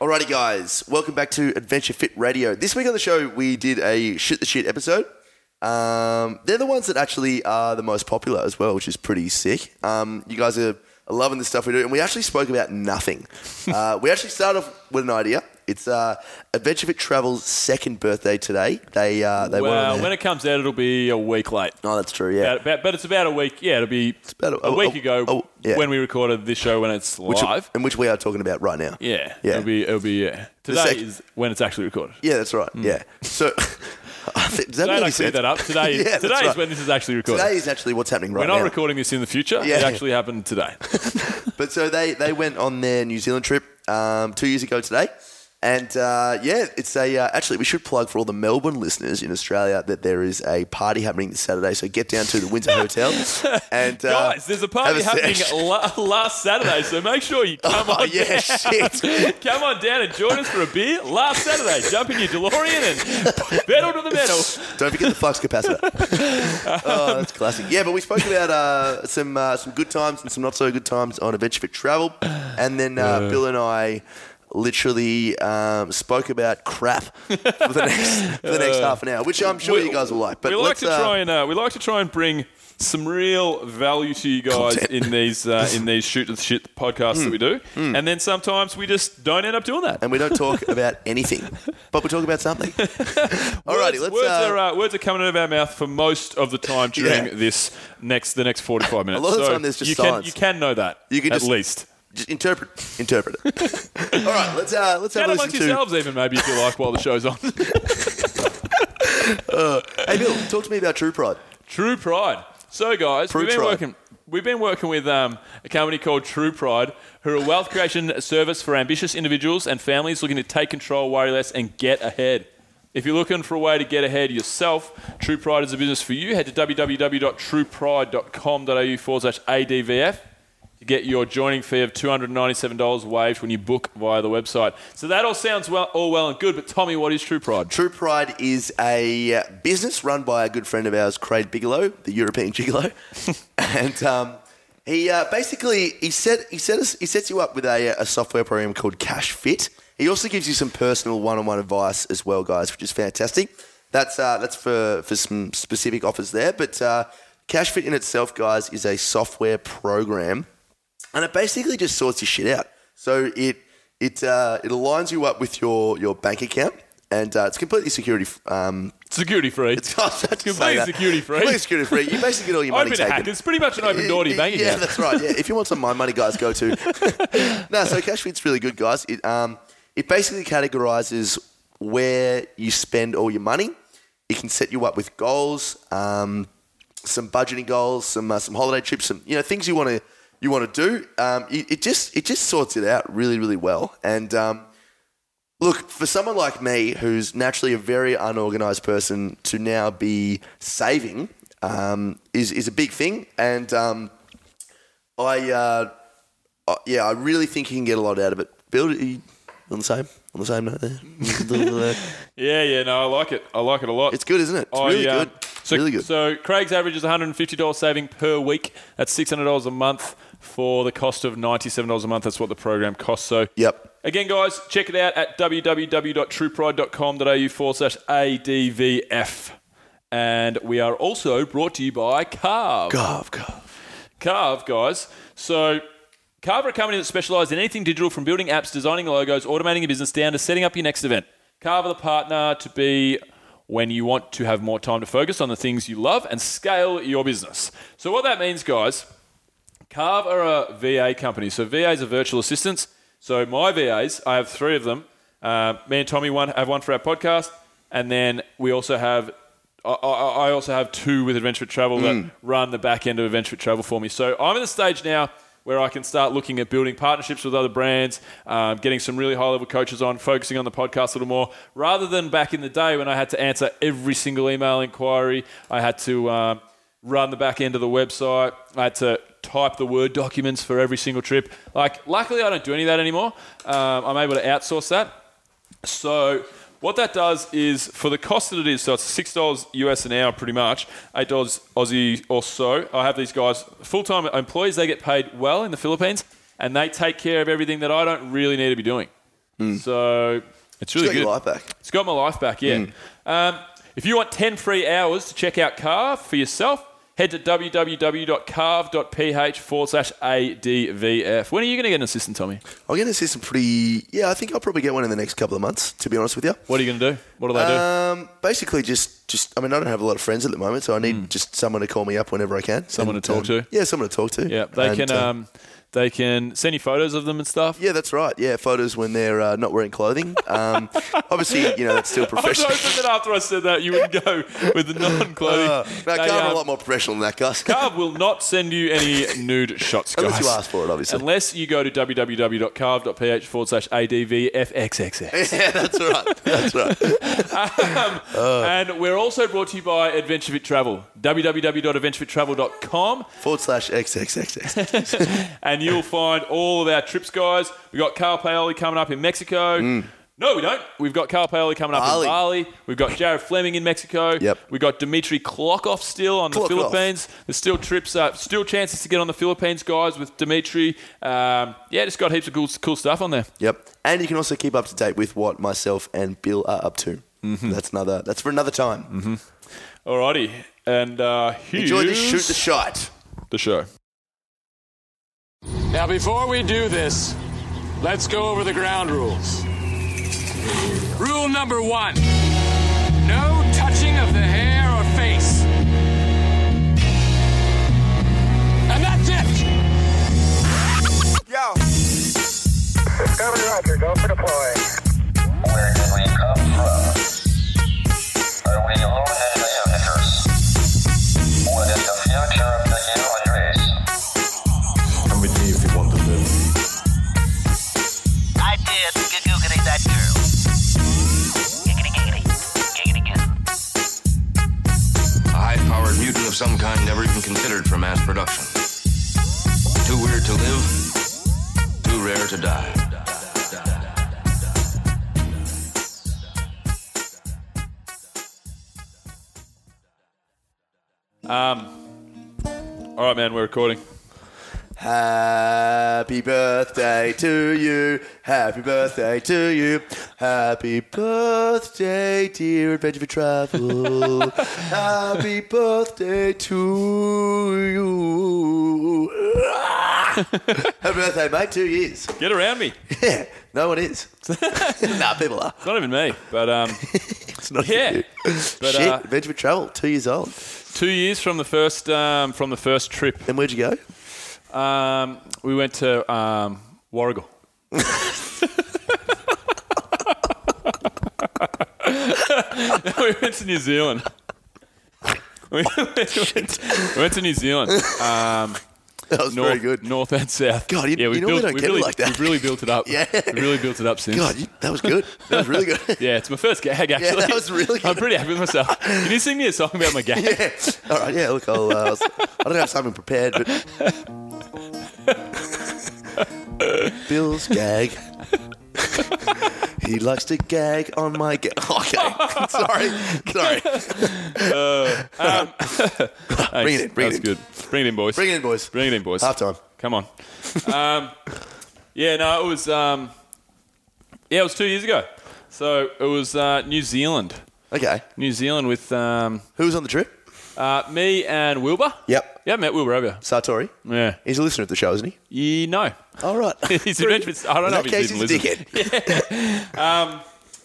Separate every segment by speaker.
Speaker 1: Alrighty, guys, welcome back to Adventure Fit Radio. This week on the show, we did a shit the shit episode. Um, they're the ones that actually are the most popular as well, which is pretty sick. Um, you guys are loving the stuff we do, and we actually spoke about nothing. uh, we actually started off with an idea. It's uh, Adventure Fit Travel's second birthday today. They uh, they went on
Speaker 2: Well,
Speaker 1: their-
Speaker 2: when it comes out, it'll be a week late.
Speaker 1: Oh, that's true. Yeah,
Speaker 2: About- about- but it's about a week. Yeah, it'll be
Speaker 1: about
Speaker 2: a,
Speaker 1: a-
Speaker 2: week
Speaker 1: a-
Speaker 2: ago
Speaker 1: a- yeah.
Speaker 2: when we recorded this show when it's
Speaker 1: which,
Speaker 2: live.
Speaker 1: and which we are talking about right now.
Speaker 2: yeah,
Speaker 1: Yeah.
Speaker 2: It'll be. It'll be. Yeah. Today
Speaker 1: sec-
Speaker 2: is when it's actually recorded.
Speaker 1: Yeah, that's
Speaker 2: Hmm.
Speaker 1: right. Yeah. So I think- does that
Speaker 2: Don't
Speaker 1: make any
Speaker 2: actually
Speaker 1: sense?
Speaker 2: that up. Today.
Speaker 1: Yeah, that's
Speaker 2: today is
Speaker 1: right.
Speaker 2: when this is actually recorded.
Speaker 1: Today is actually what's happening
Speaker 2: We're
Speaker 1: right
Speaker 2: not
Speaker 1: now.
Speaker 2: recording this in the future.
Speaker 1: Yeah.
Speaker 2: It actually happened today.
Speaker 1: But so they they went on their New Zealand trip um, two years ago today. And uh, yeah, it's a uh, actually we should plug for all the Melbourne listeners in Australia that there is a party happening this Saturday. So get down to the Windsor Hotel and uh,
Speaker 2: Guys, there's a party
Speaker 1: have
Speaker 2: happening
Speaker 1: sesh.
Speaker 2: la- last Saturday, so make sure you come
Speaker 1: Oh
Speaker 2: on.
Speaker 1: yeah, shit.
Speaker 2: down. Come on down and join us for a beer last Saturday. Jump in your DeLorean and pedal to the metal.
Speaker 1: Don't forget the flux capacitor. oh, that's classic. Yeah, but we spoke about uh, some uh, some good times and some not so good times on Adventure Fit Travel, and then uh, Bill and I literally um, spoke about crap for the next for the next half an hour, which I'm sure
Speaker 2: we-
Speaker 1: you guys will like. But
Speaker 2: we like
Speaker 1: let's,
Speaker 2: to
Speaker 1: uh,
Speaker 2: try and uh, we like to try and bring some real value to you guys
Speaker 1: Content. Hmm.
Speaker 2: in these uh, in these shoot the shit podcasts that we do, and then sometimes we just don't end up doing that.
Speaker 1: and we don't talk about anything, but we talk about something. Alrighty,
Speaker 2: words,
Speaker 1: let's.
Speaker 2: words
Speaker 1: uh,
Speaker 2: are uh, words are coming out of our mouth for most of the time during
Speaker 1: Yeah.
Speaker 2: this next the next forty five minutes.
Speaker 1: lot of the
Speaker 2: so
Speaker 1: time there's just
Speaker 2: you
Speaker 1: silence.
Speaker 2: can you can know that
Speaker 1: You can
Speaker 2: at
Speaker 1: just-
Speaker 2: least.
Speaker 1: just interpret, interpret it. All right, let's uh, let's have
Speaker 2: Chat
Speaker 1: a
Speaker 2: amongst
Speaker 1: listen to.
Speaker 2: yourselves, even maybe if you like, while the show's on.
Speaker 1: Hey, Bill, talk to me about True Pride.
Speaker 2: True Pride. So, guys,
Speaker 1: True
Speaker 2: we've been
Speaker 1: Pride.
Speaker 2: working. We've been working with um, a company called True Pride, who are a wealth creation service for ambitious individuals and families looking to take control, worry less, and get ahead. If you're looking for a way to get ahead yourself, True Pride is a business for you. Head to www.truepride.com.au forward slash ADVF to get your joining fee of $297 waived when you book via the website. So that all sounds well, all well and good, but Tommy, what is True Pride?
Speaker 1: True Pride is a uh, business run by a good friend of ours, Craig Bigelow, the European gigolo, and um, he uh, basically he set he set us, he sets you up with a, a software program called Cash Fit. He also gives you some personal one-on-one advice as well, guys, which is fantastic. That's uh, that's for for some specific offers there, but uh, Cash Fit in itself, guys, is a software program and it basically just sorts your shit out. So it it uh, it aligns you up with your your bank account, and uh, it's completely security. f- Um,
Speaker 2: Security free.
Speaker 1: it's I was about to say
Speaker 2: Completely
Speaker 1: that.
Speaker 2: security free.
Speaker 1: Completely security free. You basically get all your money
Speaker 2: Open
Speaker 1: taken.
Speaker 2: hack. It's pretty much an open door to your bank
Speaker 1: Yeah,
Speaker 2: account.
Speaker 1: that's right. Yeah, if you want some of my money, guys, go to. no, so CashFit's really good, guys. It um, it basically categorizes where you spend all your money. It can set you up with goals, um, some budgeting goals, some uh, some holiday trips, some you know things you want to you want to do. Um, it, it just it just sorts it out really really well. And um, look for someone like me who's naturally a very unorganized person to now be saving um, is is a big thing. And um, I, uh, I yeah, I really think you can get a lot out of it. Bill, are you on the same on the same note there.
Speaker 2: Yeah, yeah, no, I like it. I like it a lot.
Speaker 1: it's good, isn't it? It's really
Speaker 2: I, uh,
Speaker 1: good.
Speaker 2: So,
Speaker 1: really good.
Speaker 2: So Craig's average is $150 saving per week. That's $600 a month for the cost of $97 a month. That's what the program costs. So
Speaker 1: Yep.
Speaker 2: Again, guys, check it out at www.truepride.com.au forward slash ADVF. And we are also brought to you by Carve.
Speaker 1: Gov, gov.
Speaker 2: Carve, guys. So, Carve are a company that specialise in anything digital from building apps, designing logos, automating your business down to setting up your next event. Carve are the partner to be when you want to have more time to focus on the things you love and scale your business. So, what that means, guys, Carve are a VA company. So, VAs are virtual assistants. So, my VAs, I have three of them. Uh, me and Tommy one, have one for our podcast. And then we also have. I, I I also have two with Adventure Travel that run the back end of Adventure Travel for me. So I'm in the stage now where I can start looking at building partnerships with other brands, um, getting some really high level coaches on, focusing on the podcast a little more, rather than back in the day when I had to answer every single email inquiry. I had to um, run the back end of the website. I had to type the Word documents for every single trip. Like, luckily, I don't do any of that anymore. Um, I'm able to outsource that. So what that does is for the cost that it is, so it's six dollars US an hour, pretty much eight dollars Aussie or so. I have these guys full time employees. They get paid well in the Philippines, and they take care of everything that I don't really need to be doing. So it's
Speaker 1: Hmm.
Speaker 2: really
Speaker 1: Got
Speaker 2: good.
Speaker 1: your life back.
Speaker 2: It's got my life back, yeah.
Speaker 1: Mm.
Speaker 2: Um, if you want 10 free hours to check out Carve for yourself, head to www.carve.ph forward slash ADVF. When are you going to get an assistant, Tommy?
Speaker 1: I'll get an assistant pretty. Yeah, I think I'll probably get one in the next couple of months. To be honest with you.
Speaker 2: What are you going to do? What do they
Speaker 1: Um, basically, just just I mean, I don't have a lot of friends at the moment, so I need just someone to call me up whenever I can.
Speaker 2: Hmm. Someone
Speaker 1: And,
Speaker 2: to talk
Speaker 1: um,
Speaker 2: to.
Speaker 1: Yeah, someone to talk to.
Speaker 2: do? Yeah, they
Speaker 1: And,
Speaker 2: can
Speaker 1: uh,
Speaker 2: um, they can send you photos of them and stuff.
Speaker 1: yeah, that's right. Yeah, photos when they're uh, not wearing clothing. Um, obviously, you know that's still
Speaker 2: I was
Speaker 1: professional.
Speaker 2: hoping that after I said that, you would go with the non-clothing.
Speaker 1: Uh, no,
Speaker 2: They,
Speaker 1: Carver
Speaker 2: um,
Speaker 1: a lot more professional than that, guys.
Speaker 2: Carve will not send you any nude shots, guys.
Speaker 1: Unless you ask for it, obviously.
Speaker 2: Unless you go to www.carve.ph forward slash ADVFXXX.
Speaker 1: yeah, that's right. That's right.
Speaker 2: And we're also brought to you by Adventure Fit Travel, www.adventurefittravel.com.
Speaker 1: Forward slash XXXX.
Speaker 2: And you'll find all of our trips, guys. We've got Carl Paoli coming up in Mexico. No, we don't. We've got Carl Paoli coming up
Speaker 1: Mm. Bali.
Speaker 2: in Bali. We've got Jared Fleming in Mexico.
Speaker 1: Yep.
Speaker 2: We've got Dimitri Klokov still on
Speaker 1: Klokov.
Speaker 2: the Philippines. There's still trips, uh, still chances to get on the Philippines, guys, with Dimitri. Um, yeah, just got heaps of cool, cool stuff on there.
Speaker 1: Yep. And you can also keep up to date with what myself and Bill are up to.
Speaker 2: Mm-hmm.
Speaker 1: That's another. That's for another time.
Speaker 2: Alrighty. And uh, here's
Speaker 1: Enjoy the shoot the shot.
Speaker 2: the show.
Speaker 3: Now, before we do this, let's go over the ground rules. Rule number one no touching of the hair or face. And that's it!
Speaker 4: Discovery Roger, go for deploy.
Speaker 5: Where did we come from? Are we illuminated universe? What is the future of the human race?
Speaker 6: Come with me if you want to live.
Speaker 7: I did giggity that girl. Giggity giggity. Giggity giggity.
Speaker 8: A high-powered mutant of some kind never even considered for mass production. Too weird to live, too rare to die.
Speaker 2: All right, Um, man, we're recording.
Speaker 1: Happy birthday to you. Happy birthday to you. Happy birthday, dear Adventure for Travel. Happy birthday to you. Happy birthday, mate. Two years.
Speaker 2: Get around me.
Speaker 1: Yeah, no one is. nah, people are.
Speaker 2: It's not even me, but um,
Speaker 1: It's not
Speaker 2: yeah.
Speaker 1: you.
Speaker 2: But
Speaker 1: Shit,
Speaker 2: uh,
Speaker 1: Adventure for Travel, two years old.
Speaker 2: two years from the first um, from the first trip,
Speaker 1: And where'd you go?
Speaker 2: um, we went to um, Warrigal. we went to New Zealand. We went, we went to New Zealand. Um,
Speaker 1: That was
Speaker 2: north,
Speaker 1: very good.
Speaker 2: North and south.
Speaker 1: God, you-
Speaker 2: yeah, we
Speaker 1: you normally
Speaker 2: built,
Speaker 1: don't
Speaker 2: we
Speaker 1: get it
Speaker 2: really,
Speaker 1: like that.
Speaker 2: We've really built it up.
Speaker 1: Yeah.
Speaker 2: we really built it up since.
Speaker 1: God, you, that was good. That was really good.
Speaker 2: Yeah, it's my first gag actually.
Speaker 1: that was really
Speaker 2: I'm
Speaker 1: good.
Speaker 2: pretty happy with myself. Can you sing me a song about my gag?
Speaker 1: All right, yeah, look, I'll, uh, I don't have something prepared, but. Bill's gag. he likes to gag on my gag. Okay, sorry, sorry.
Speaker 2: Thanks.
Speaker 1: Bring it in, bring it
Speaker 2: That's
Speaker 1: in.
Speaker 2: good. Bring it in, boys.
Speaker 1: Bring it in, boys.
Speaker 2: Bring it in, boys.
Speaker 1: Half time.
Speaker 2: Come on. um, yeah, no, it was. Um, yeah, it was two years ago. So it was uh, New Zealand.
Speaker 1: Okay,
Speaker 2: New Zealand with um,
Speaker 1: who was on the trip?
Speaker 2: uh, me and Wilbur.
Speaker 1: Yep,
Speaker 2: Yeah, I met Wilbur over.
Speaker 1: Sartori.
Speaker 2: Yeah.
Speaker 1: He's a listener of the show, isn't he?
Speaker 2: You know.
Speaker 1: All right.
Speaker 2: He's an adventurous. I don't
Speaker 1: In
Speaker 2: know
Speaker 1: that
Speaker 2: if he
Speaker 1: case,
Speaker 2: didn't
Speaker 1: he's a
Speaker 2: listen.
Speaker 1: dickhead.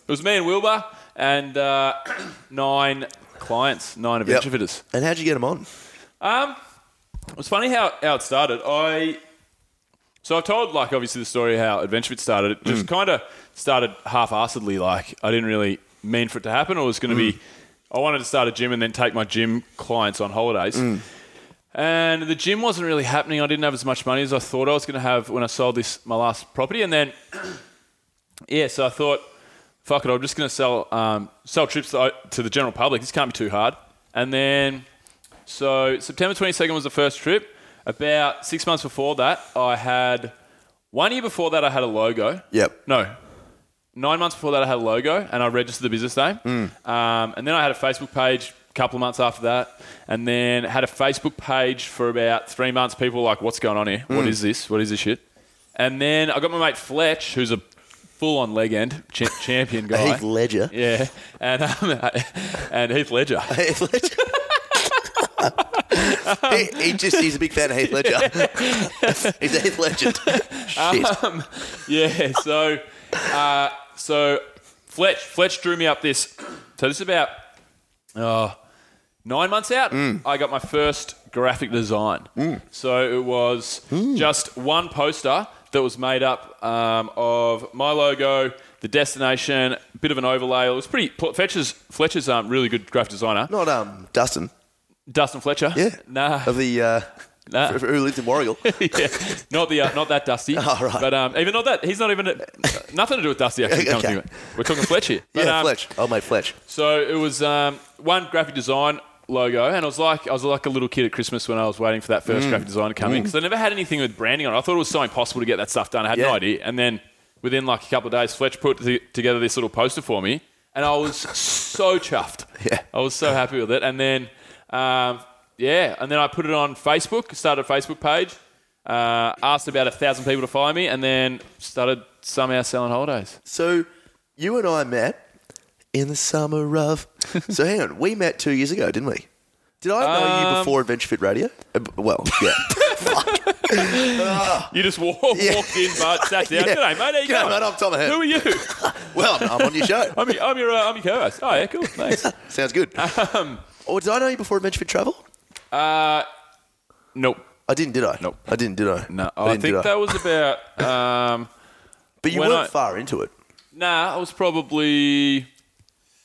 Speaker 2: It was me and Wilbur and uh, nine clients, nine adventure fitters.
Speaker 1: And how'd you get him on?
Speaker 2: It was Um, funny how, how it started. I so I've told like obviously the story how Adventure Fit started. It just kind of started half-assedly. Like I didn't really mean for it to happen. Or it was going to be. I wanted to start a gym and then take my gym clients on holidays. And the gym wasn't really happening. I didn't have as much money as I thought I was going to have when I sold this my last property. And then yeah, so I thought, fuck it, I'm just going to sell um, sell trips to to the general public. This can't be too hard. And then so September 22nd was the first trip. About six months before that, I had one year before that I had a logo.
Speaker 1: Yep.
Speaker 2: No, nine months before that I had a logo and I registered the business name. Um, and then I had a Facebook page a couple of months after that, and then had a Facebook page for about three months. People were like, "What's going on here? What is this? What is this shit?" And then I got my mate Fletch, who's a full on leg end cha- champion guy.
Speaker 1: Heath Ledger.
Speaker 2: Yeah, and um, and Heath Ledger.
Speaker 1: Heath Ledger. he, he just he's a big fan of Heath Ledger. he's a Heath Legend. Shit.
Speaker 2: Um, Yeah, so uh, so Fletch Fletch drew me up this. So this is about oh, nine months out.
Speaker 1: Mm.
Speaker 2: I got my first graphic design. So it was
Speaker 1: Mm.
Speaker 2: just one poster that was made up um, of my logo, the destination, a bit of an overlay. It was pretty. Fletcher's Fletcher's um, really good graphic designer.
Speaker 1: Not um Dustin.
Speaker 2: Dustin Fletcher.
Speaker 1: Yeah.
Speaker 2: Nah.
Speaker 1: Of the uh,
Speaker 2: Nah.
Speaker 1: f- who lived in Warrigal.
Speaker 2: yeah, not the uh, not that Dusty.
Speaker 1: Oh, right.
Speaker 2: But um, even not that he's not even nothing to do with Dusty. Actually, come
Speaker 1: Okay.
Speaker 2: to think of it. we're talking Fletch here. But,
Speaker 1: yeah,
Speaker 2: um,
Speaker 1: Fletch. Oh mate, Fletch.
Speaker 2: So it was um, one graphic design logo, and I was like I was like a little kid at Christmas when I was waiting for that
Speaker 1: Mm.
Speaker 2: first graphic design to come in because I never had anything with branding on. it. I thought it was so impossible to get that stuff done. I had no
Speaker 1: Yeah.
Speaker 2: idea. And then within like a couple of days, Fletch put t- together this little poster for me, and I was so chuffed.
Speaker 1: Yeah.
Speaker 2: I was so happy with it. And then, um, yeah, and then I put it on Facebook, started a Facebook page, uh, asked about a thousand people to follow me, and then started somehow selling holidays.
Speaker 1: So you and I met in the summer of. so hang on, we met two years ago, didn't we? Did I know you
Speaker 2: Um,
Speaker 1: before Adventure Fit Radio? Uh, b- Well, yeah.
Speaker 2: You just walk,
Speaker 1: Yeah.
Speaker 2: walked in, but sat down.
Speaker 1: Yeah.
Speaker 2: G'day, mate. How
Speaker 1: G'day,
Speaker 2: you going?
Speaker 1: mate, I'm Tom Ahearn.
Speaker 2: Who are you?
Speaker 1: well, I'm on your show.
Speaker 2: I'm your, I'm your, uh, I'm your co-host. Oh, yeah, cool. Thanks.
Speaker 1: Sounds good.
Speaker 2: Um,
Speaker 1: or did I know you before Adventure Fit Travel?
Speaker 2: nope.
Speaker 1: I didn't, did I?
Speaker 2: Nope.
Speaker 1: I didn't, did I?
Speaker 2: No,
Speaker 1: I
Speaker 2: I,
Speaker 1: didn't,
Speaker 2: think
Speaker 1: did I?
Speaker 2: that was about. Um,
Speaker 1: But you
Speaker 2: when
Speaker 1: weren't
Speaker 2: I-
Speaker 1: far into it.
Speaker 2: nah, I was probably.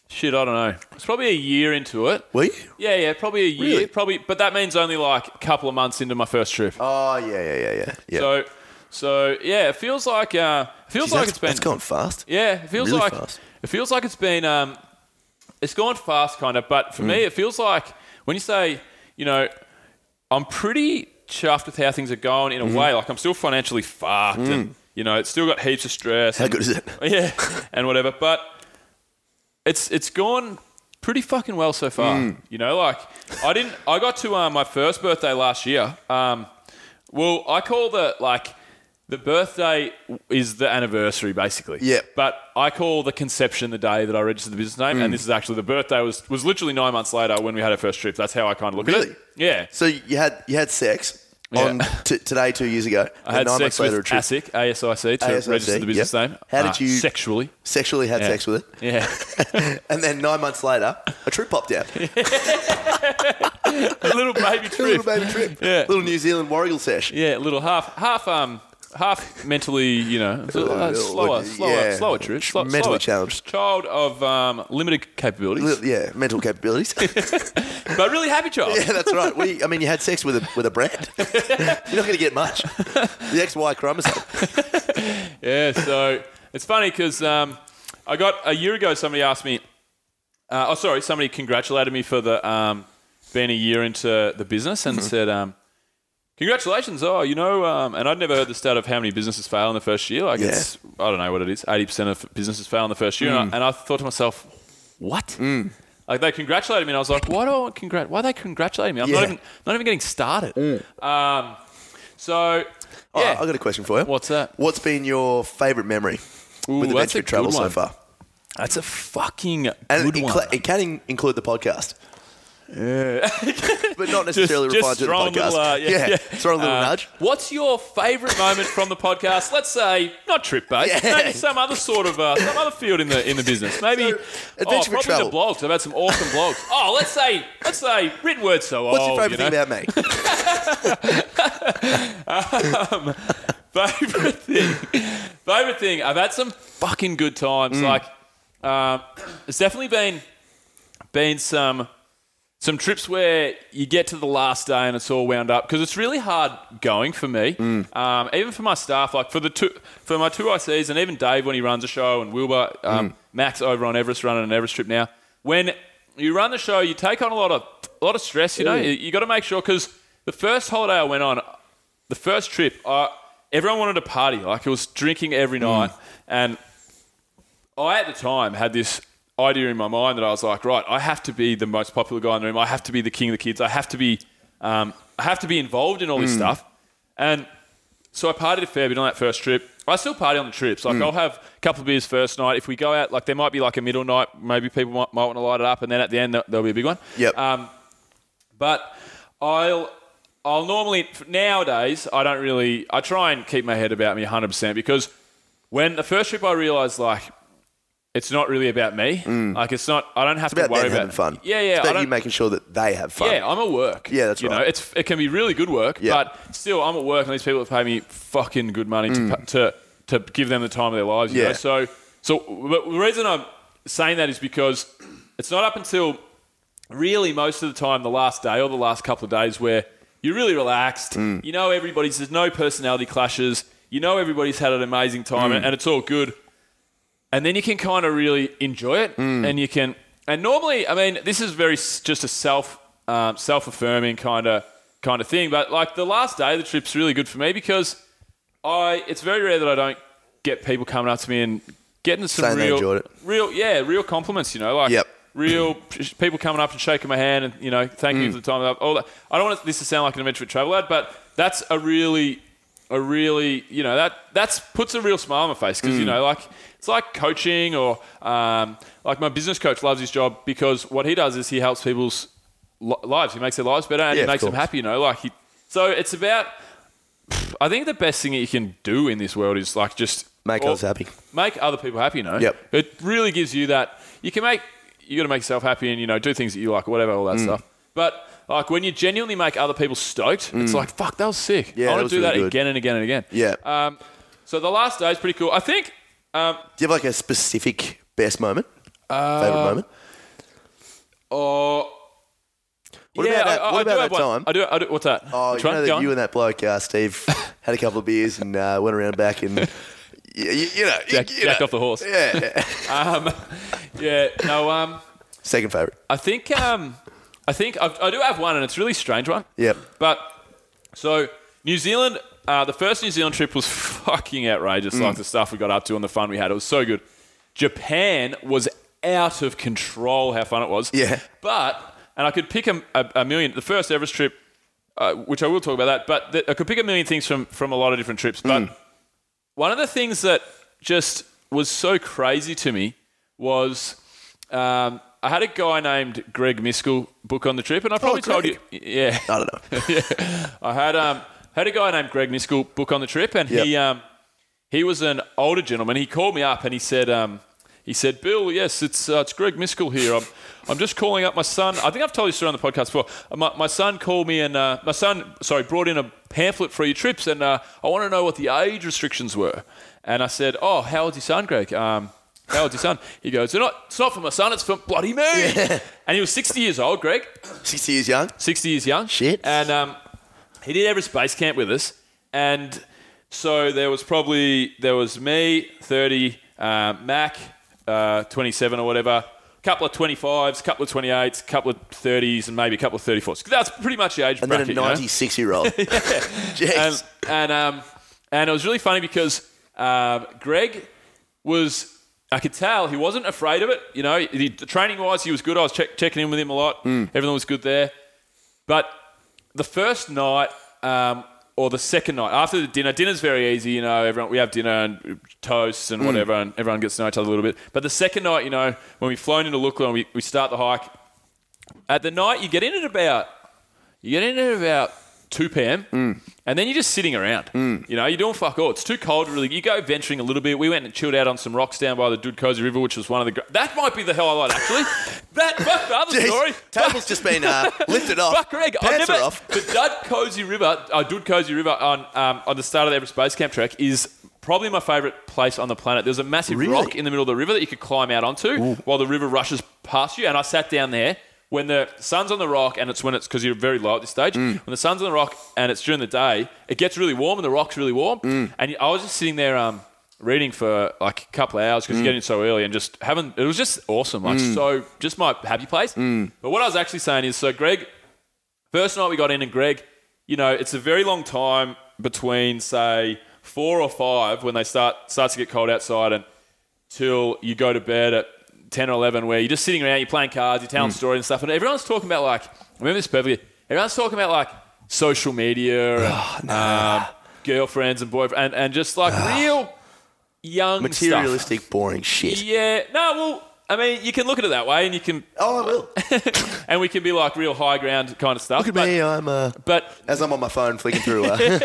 Speaker 2: Shit, I don't know. It's probably a year into it.
Speaker 1: Were you?
Speaker 2: Yeah, yeah, probably a year,
Speaker 1: Really?
Speaker 2: probably. But that means only like a couple of months into my first trip.
Speaker 1: Oh yeah, yeah, yeah, yeah. yeah.
Speaker 2: So, so yeah, it feels like uh, it feels
Speaker 1: Jeez,
Speaker 2: like
Speaker 1: that's-
Speaker 2: it's been
Speaker 1: that's gone fast.
Speaker 2: Yeah, it feels
Speaker 1: Really
Speaker 2: like
Speaker 1: fast.
Speaker 2: it feels like it's been um, it's gone fast, kind of. But for
Speaker 1: Mm.
Speaker 2: me, it feels like when you say, you know, I'm pretty chuffed with how things are going in
Speaker 1: Mm-hmm.
Speaker 2: a way. Like I'm still financially fucked,
Speaker 1: Mm.
Speaker 2: and you know, it's still got heaps of stress.
Speaker 1: How
Speaker 2: and-
Speaker 1: good is it?
Speaker 2: yeah, and whatever. But it's it's gone pretty fucking well so far.
Speaker 1: Mm.
Speaker 2: You know, like I didn't. I got to uh, my first birthday last year. Um, well, I call the like the birthday is the anniversary basically.
Speaker 1: Yeah.
Speaker 2: But I call the conception the day that I registered the business name,
Speaker 1: Mm.
Speaker 2: and this is actually the birthday was was literally nine months later when we had our first trip. That's how I kind of look at
Speaker 1: Really?
Speaker 2: it. Yeah.
Speaker 1: So you had you had sex
Speaker 2: Yeah.
Speaker 1: on t- today two years ago.
Speaker 2: I had
Speaker 1: nine
Speaker 2: sex
Speaker 1: months later,
Speaker 2: with
Speaker 1: a trip.
Speaker 2: ASIC, ASIC, to
Speaker 1: ASIC,
Speaker 2: register the business
Speaker 1: yep.
Speaker 2: name.
Speaker 1: How did
Speaker 2: Uh,
Speaker 1: you-
Speaker 2: sexually?
Speaker 1: Sexually had
Speaker 2: Yeah.
Speaker 1: sex with it,
Speaker 2: Yeah.
Speaker 1: and then nine months later, a trip popped out.
Speaker 2: A little baby trip.
Speaker 1: A little baby trip.
Speaker 2: Yeah.
Speaker 1: Little New Zealand Warrigal sesh.
Speaker 2: Yeah, a little half, half, um, half mentally, you know, slower, slower, slower,
Speaker 1: yeah.
Speaker 2: slower trip. Slo-
Speaker 1: Mentally
Speaker 2: slower.
Speaker 1: challenged.
Speaker 2: Child of um, limited capabilities,
Speaker 1: Little- Yeah, mental capabilities. yeah,
Speaker 2: but really happy child.
Speaker 1: that's right. We, I mean, you had sex with a with a brand. You're not going to get much. The XY chromosome.
Speaker 2: Yeah, so it's funny because um, I got a year ago. Somebody asked me. Uh, oh, sorry. Somebody congratulated me for the um, being a year into the business
Speaker 1: Hmm.
Speaker 2: and said, um, "Congratulations!" Oh, you know, um, and I'd never heard the stat of how many businesses fail in the first year. Like,
Speaker 1: Yeah.
Speaker 2: it's I don't know what it is. Eighty percent of businesses fail in the first year,
Speaker 1: Hmm.
Speaker 2: and, I, and I thought to myself, "What?" Like they congratulated me, and I was like, "Why do I want congrat? Why are they congratulating me? I'm not
Speaker 1: Yeah. Hmm.
Speaker 2: even not even getting started." Um, so, yeah,
Speaker 1: Oh, I got a question for you.
Speaker 2: What's that?
Speaker 1: What's been your favourite memory
Speaker 2: Ooh,
Speaker 1: with
Speaker 2: that's
Speaker 1: adventure
Speaker 2: a good
Speaker 1: travel so
Speaker 2: one.
Speaker 1: far?
Speaker 2: That's a fucking
Speaker 1: And
Speaker 2: good
Speaker 1: it,
Speaker 2: one.
Speaker 1: incl- it can in- include the podcast. but not necessarily
Speaker 2: Just-
Speaker 1: refined
Speaker 2: just
Speaker 1: to the
Speaker 2: throw a
Speaker 1: podcast.
Speaker 2: little, uh, yeah, yeah.
Speaker 1: throw a little nudge.
Speaker 2: What's your favourite moment from the podcast? Let's say not trip based,
Speaker 1: Yeah.
Speaker 2: maybe some other sort of uh, some other field in the in the business. Maybe
Speaker 1: So,
Speaker 2: oh,
Speaker 1: adventure
Speaker 2: probably
Speaker 1: with travel.
Speaker 2: the blogs. I've had some awesome blogs. Oh, let's say let's say written words. So
Speaker 1: What's
Speaker 2: old,
Speaker 1: your favourite
Speaker 2: oh, you know?
Speaker 1: thing about me?
Speaker 2: favorite thing. favorite thing. I've had some fucking good times.
Speaker 1: Mm.
Speaker 2: Like, um, it's definitely been been some some trips where you get to the last day and it's all wound up because it's really hard going for me.
Speaker 1: Mm.
Speaker 2: Um, even for my staff, like for the two for my two ICs and even Dave when he runs a show and Wilbur um, Max over on Everest running an Everest trip now. When you run the show, you take on a lot of a lot of stress. You know, you, you got to make sure because the first holiday I went on, the first trip, I, everyone wanted to party. Like it was drinking every night, and I at the time had this idea in my mind that I was like, right, I have to be the most popular guy in the room. I have to be the king of the kids. I have to be, um, I have to be involved in all this stuff. And So I partied a fair bit on that first trip. I still party on the trips. Like I'll have a couple of beers first night. If we go out, like there might be like a middle night. Maybe people might, might want to light it up, and then at the end there- there'll be a big one.
Speaker 1: Yep.
Speaker 2: Um, but I'll I'll normally nowadays I don't really I try and keep my head about me 100 percent because when the first trip I realised like it's not really about me. Like it's not I don't have
Speaker 1: Mm. It's
Speaker 2: to
Speaker 1: about
Speaker 2: worry
Speaker 1: them having
Speaker 2: about
Speaker 1: fun.
Speaker 2: Yeah,
Speaker 1: It's
Speaker 2: yeah. I
Speaker 1: about you
Speaker 2: don't-
Speaker 1: making sure that they have fun.
Speaker 2: yeah, I'm at work.
Speaker 1: Yeah, that's
Speaker 2: you
Speaker 1: right.
Speaker 2: know, it's it can be really good work,
Speaker 1: Yeah.
Speaker 2: but still, I'm at work, and these people have paid me fucking good money to pa to to give them the time of their lives. You
Speaker 1: Mm. Yeah.
Speaker 2: know? So so but the reason I'm saying that is because it's not up until really most of the time the last day or the last couple of days where you're really relaxed.
Speaker 1: Mm.
Speaker 2: You know, everybody's there's no personality clashes. You know, everybody's had an amazing time,
Speaker 1: Mm.
Speaker 2: and, and it's all good and then you can kind of really enjoy it
Speaker 1: Mm.
Speaker 2: and you can and normally i mean this is very s- just a self um, self-affirming kind of kind of thing but like the last day of the trip's really good for me because i it's very rare that i don't get people coming up to me and getting some
Speaker 1: Saying they
Speaker 2: real
Speaker 1: enjoyed it.
Speaker 2: real yeah real compliments you know like
Speaker 1: Yep.
Speaker 2: real p- people coming up and shaking my hand and you know thank you for
Speaker 1: Mm.
Speaker 2: the time all that. i don't want this to sound like an adventure with travel ad but that's a really a really you know that that's puts a real smile on my face
Speaker 1: Mm.
Speaker 2: because you know like it's like coaching or um, like my business coach loves his job because what he does is he helps people's li- lives he makes their lives better and
Speaker 1: Yeah,
Speaker 2: he
Speaker 1: of
Speaker 2: makes them
Speaker 1: course.
Speaker 2: happy you know like he, so it's about I think the best thing that you can do in this world is like just
Speaker 1: Make others
Speaker 2: uh,
Speaker 1: happy.
Speaker 2: Make other people happy, you know.
Speaker 1: Yep.
Speaker 2: It really gives you that you can make you got to make yourself happy and you know do things that you like, whatever, all that
Speaker 1: Mm.
Speaker 2: stuff. But like when you genuinely make other people stoked, it's like fuck, that was sick.
Speaker 1: Mm. Yeah,
Speaker 2: I
Speaker 1: that
Speaker 2: want
Speaker 1: was
Speaker 2: to do that
Speaker 1: really good.
Speaker 2: again and again and again.
Speaker 1: Yeah.
Speaker 2: Um, so the last day is pretty cool. I think
Speaker 1: Do you have like a specific best moment? Favorite moment?
Speaker 2: Uh, Oh,
Speaker 1: What
Speaker 2: yeah,
Speaker 1: about that,
Speaker 2: I, I-
Speaker 1: what
Speaker 2: I do
Speaker 1: about
Speaker 2: have
Speaker 1: that
Speaker 2: one.
Speaker 1: time?
Speaker 2: I do. I do. What's that?
Speaker 1: Oh,
Speaker 2: Which
Speaker 1: you
Speaker 2: one?
Speaker 1: know
Speaker 2: Go
Speaker 1: that
Speaker 2: on.
Speaker 1: you and that bloke uh, Steve had a couple of beers and uh, went around back and you, you, you know,
Speaker 2: Jack,
Speaker 1: you
Speaker 2: jack
Speaker 1: know.
Speaker 2: off the horse.
Speaker 1: Yeah,
Speaker 2: Um, yeah. No. Um.
Speaker 1: second favorite.
Speaker 2: I think um, I think I've, I do have one, and it's a really strange one.
Speaker 1: Yep.
Speaker 2: But so New Zealand, uh, the first New Zealand trip was fucking outrageous.
Speaker 1: Mm.
Speaker 2: Like the stuff we got up to and the fun we had, it was so good. Japan was out of control. How fun it was.
Speaker 1: Yeah.
Speaker 2: But and I could pick a, a, a million. The first Everest trip, uh, which I will talk about that. But th- I could pick a million things from from a lot of different trips. But
Speaker 1: Mm.
Speaker 2: one of the things that just was so crazy to me was um, I had a guy named Greg Miskell book on the trip, and I probably told you,
Speaker 1: Oh, Greg.
Speaker 2: yeah,
Speaker 1: I don't know.
Speaker 2: I had um had a guy named Greg Miskell book on the trip, and he
Speaker 1: Yep.
Speaker 2: um he was an older gentleman. He called me up and he said um he said Bill, yes, it's uh, it's Greg Miskell here. I'm I'm just calling up my son. I think I've told you story on the podcast before. Uh, My, my son called me and uh, my son sorry brought in a pamphlet for your trips, and uh, I want to know what the age restrictions were. And I said, oh, how old's your son, Greg? Um. How old's your son? He goes, "They're not, it's not for my son, it's for bloody me. And he was 60 years old, Greg.
Speaker 1: Sixty years young.
Speaker 2: 60 years young.
Speaker 1: Shit.
Speaker 2: And um, he did Everest Base Camp with us. And so there was probably, there was me, 30, uh, Mac, uh, 27 or whatever, couple of 25s, couple of 28s, couple of 30s, and maybe a couple of 34s. That's pretty much the age
Speaker 1: And
Speaker 2: bracket.
Speaker 1: then a
Speaker 2: you know?
Speaker 1: 96 year old. Jeez.
Speaker 2: and and um, and it was really funny because um, Greg was. I could tell he wasn't afraid of it. You know, he, training wise, he was good. I was check, checking in with him a lot. Everything was good there. But the first night, um, or the second night after the dinner, dinner's very easy. You know, everyone we have dinner and toasts and whatever, and everyone gets to know each other a little bit. But the second night, you know, when we flown into Lukla and we, we start the hike, at the night you get in at about you get in at about 2 p.m.
Speaker 1: Mm.
Speaker 2: and then you're just sitting around. You know, you're doing fuck all. It's too cold, really. You go venturing a little bit. We went and chilled out on some rocks down by the Dudkoza River, which was one of the. Gr- that might be the highlight, actually. that fuck the other
Speaker 1: Jeez.
Speaker 2: story.
Speaker 1: Table's just been uh, lifted off.
Speaker 2: Fuck Greg,
Speaker 1: Pants
Speaker 2: I've never
Speaker 1: are off.
Speaker 2: the Dudkozy River, uh, Dudkozy River on um, on the start of the Everest Base Camp trek is probably my favourite place on the planet. There's a massive
Speaker 1: Really?
Speaker 2: rock in the middle of the river that you could climb out onto while the river rushes past you. And I sat down there when the sun's on the rock, and it's when it's because you're very low at this stage. When the sun's on the rock and it's during the day, it gets really warm and the rock's really warm. And I was just sitting there. Um, Reading for like a couple of hours because you're getting so early and just having it was just awesome, like so just my happy place. But what I was actually saying is, so Greg First night we got in, and Greg, you know, it's a very long time between say four or five when they start starts to get cold outside, and till you go to bed at ten or eleven, where you're just sitting around, you're playing cards, you're telling
Speaker 1: Hmm.
Speaker 2: stories and stuff, and everyone's talking about like, I remember this perfectly. Everyone's talking about like social media and um, girlfriends and boyfriends and, and just like real young stuff.
Speaker 1: Materialistic, boring shit.
Speaker 2: Yeah. No, well, I mean, you can look at it that way and you can,
Speaker 1: Oh, I will.
Speaker 2: and we can be like real high ground kind of stuff.
Speaker 1: Look at
Speaker 2: but,
Speaker 1: me. I'm uh,
Speaker 2: But
Speaker 1: as I'm on my phone flicking through. Uh,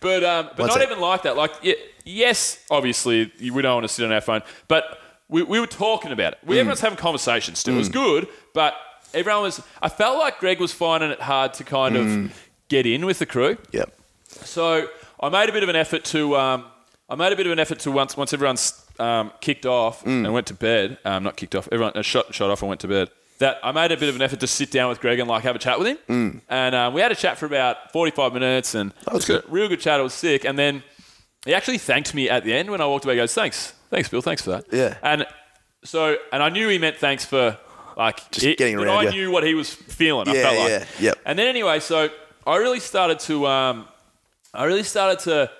Speaker 2: But um, but
Speaker 1: One
Speaker 2: not
Speaker 1: sec.
Speaker 2: even like that. Like y- yes, obviously you- we don't want to sit on our phone, but we, we were talking about it. We, Everyone's having conversations. Still, it was good, but everyone was. I felt like Greg was finding it hard to kind of get in with the crew.
Speaker 1: yep.
Speaker 2: So I made a bit of an effort to. Um, I made a bit of an effort to once once everyone's um, kicked off
Speaker 1: Mm.
Speaker 2: and went to bed. Um, not kicked off. Everyone uh, shot shot off and went to bed. That I made a bit of an effort to sit down with Greg and like have a chat with him. And um, we had a chat for about forty five minutes and
Speaker 1: Mm. That was good.
Speaker 2: real good chat. I was sick, and then he actually thanked me at the end when I walked away. He goes, "Thanks, thanks, Bill, thanks for that."
Speaker 1: Yeah.
Speaker 2: And so, and I knew he meant thanks for like
Speaker 1: Just
Speaker 2: it-
Speaker 1: getting
Speaker 2: that
Speaker 1: around
Speaker 2: I
Speaker 1: you.
Speaker 2: knew what he was feeling. I
Speaker 1: Yeah,
Speaker 2: felt like,
Speaker 1: yeah, yep.
Speaker 2: And then anyway, so I really started to, um, I really started to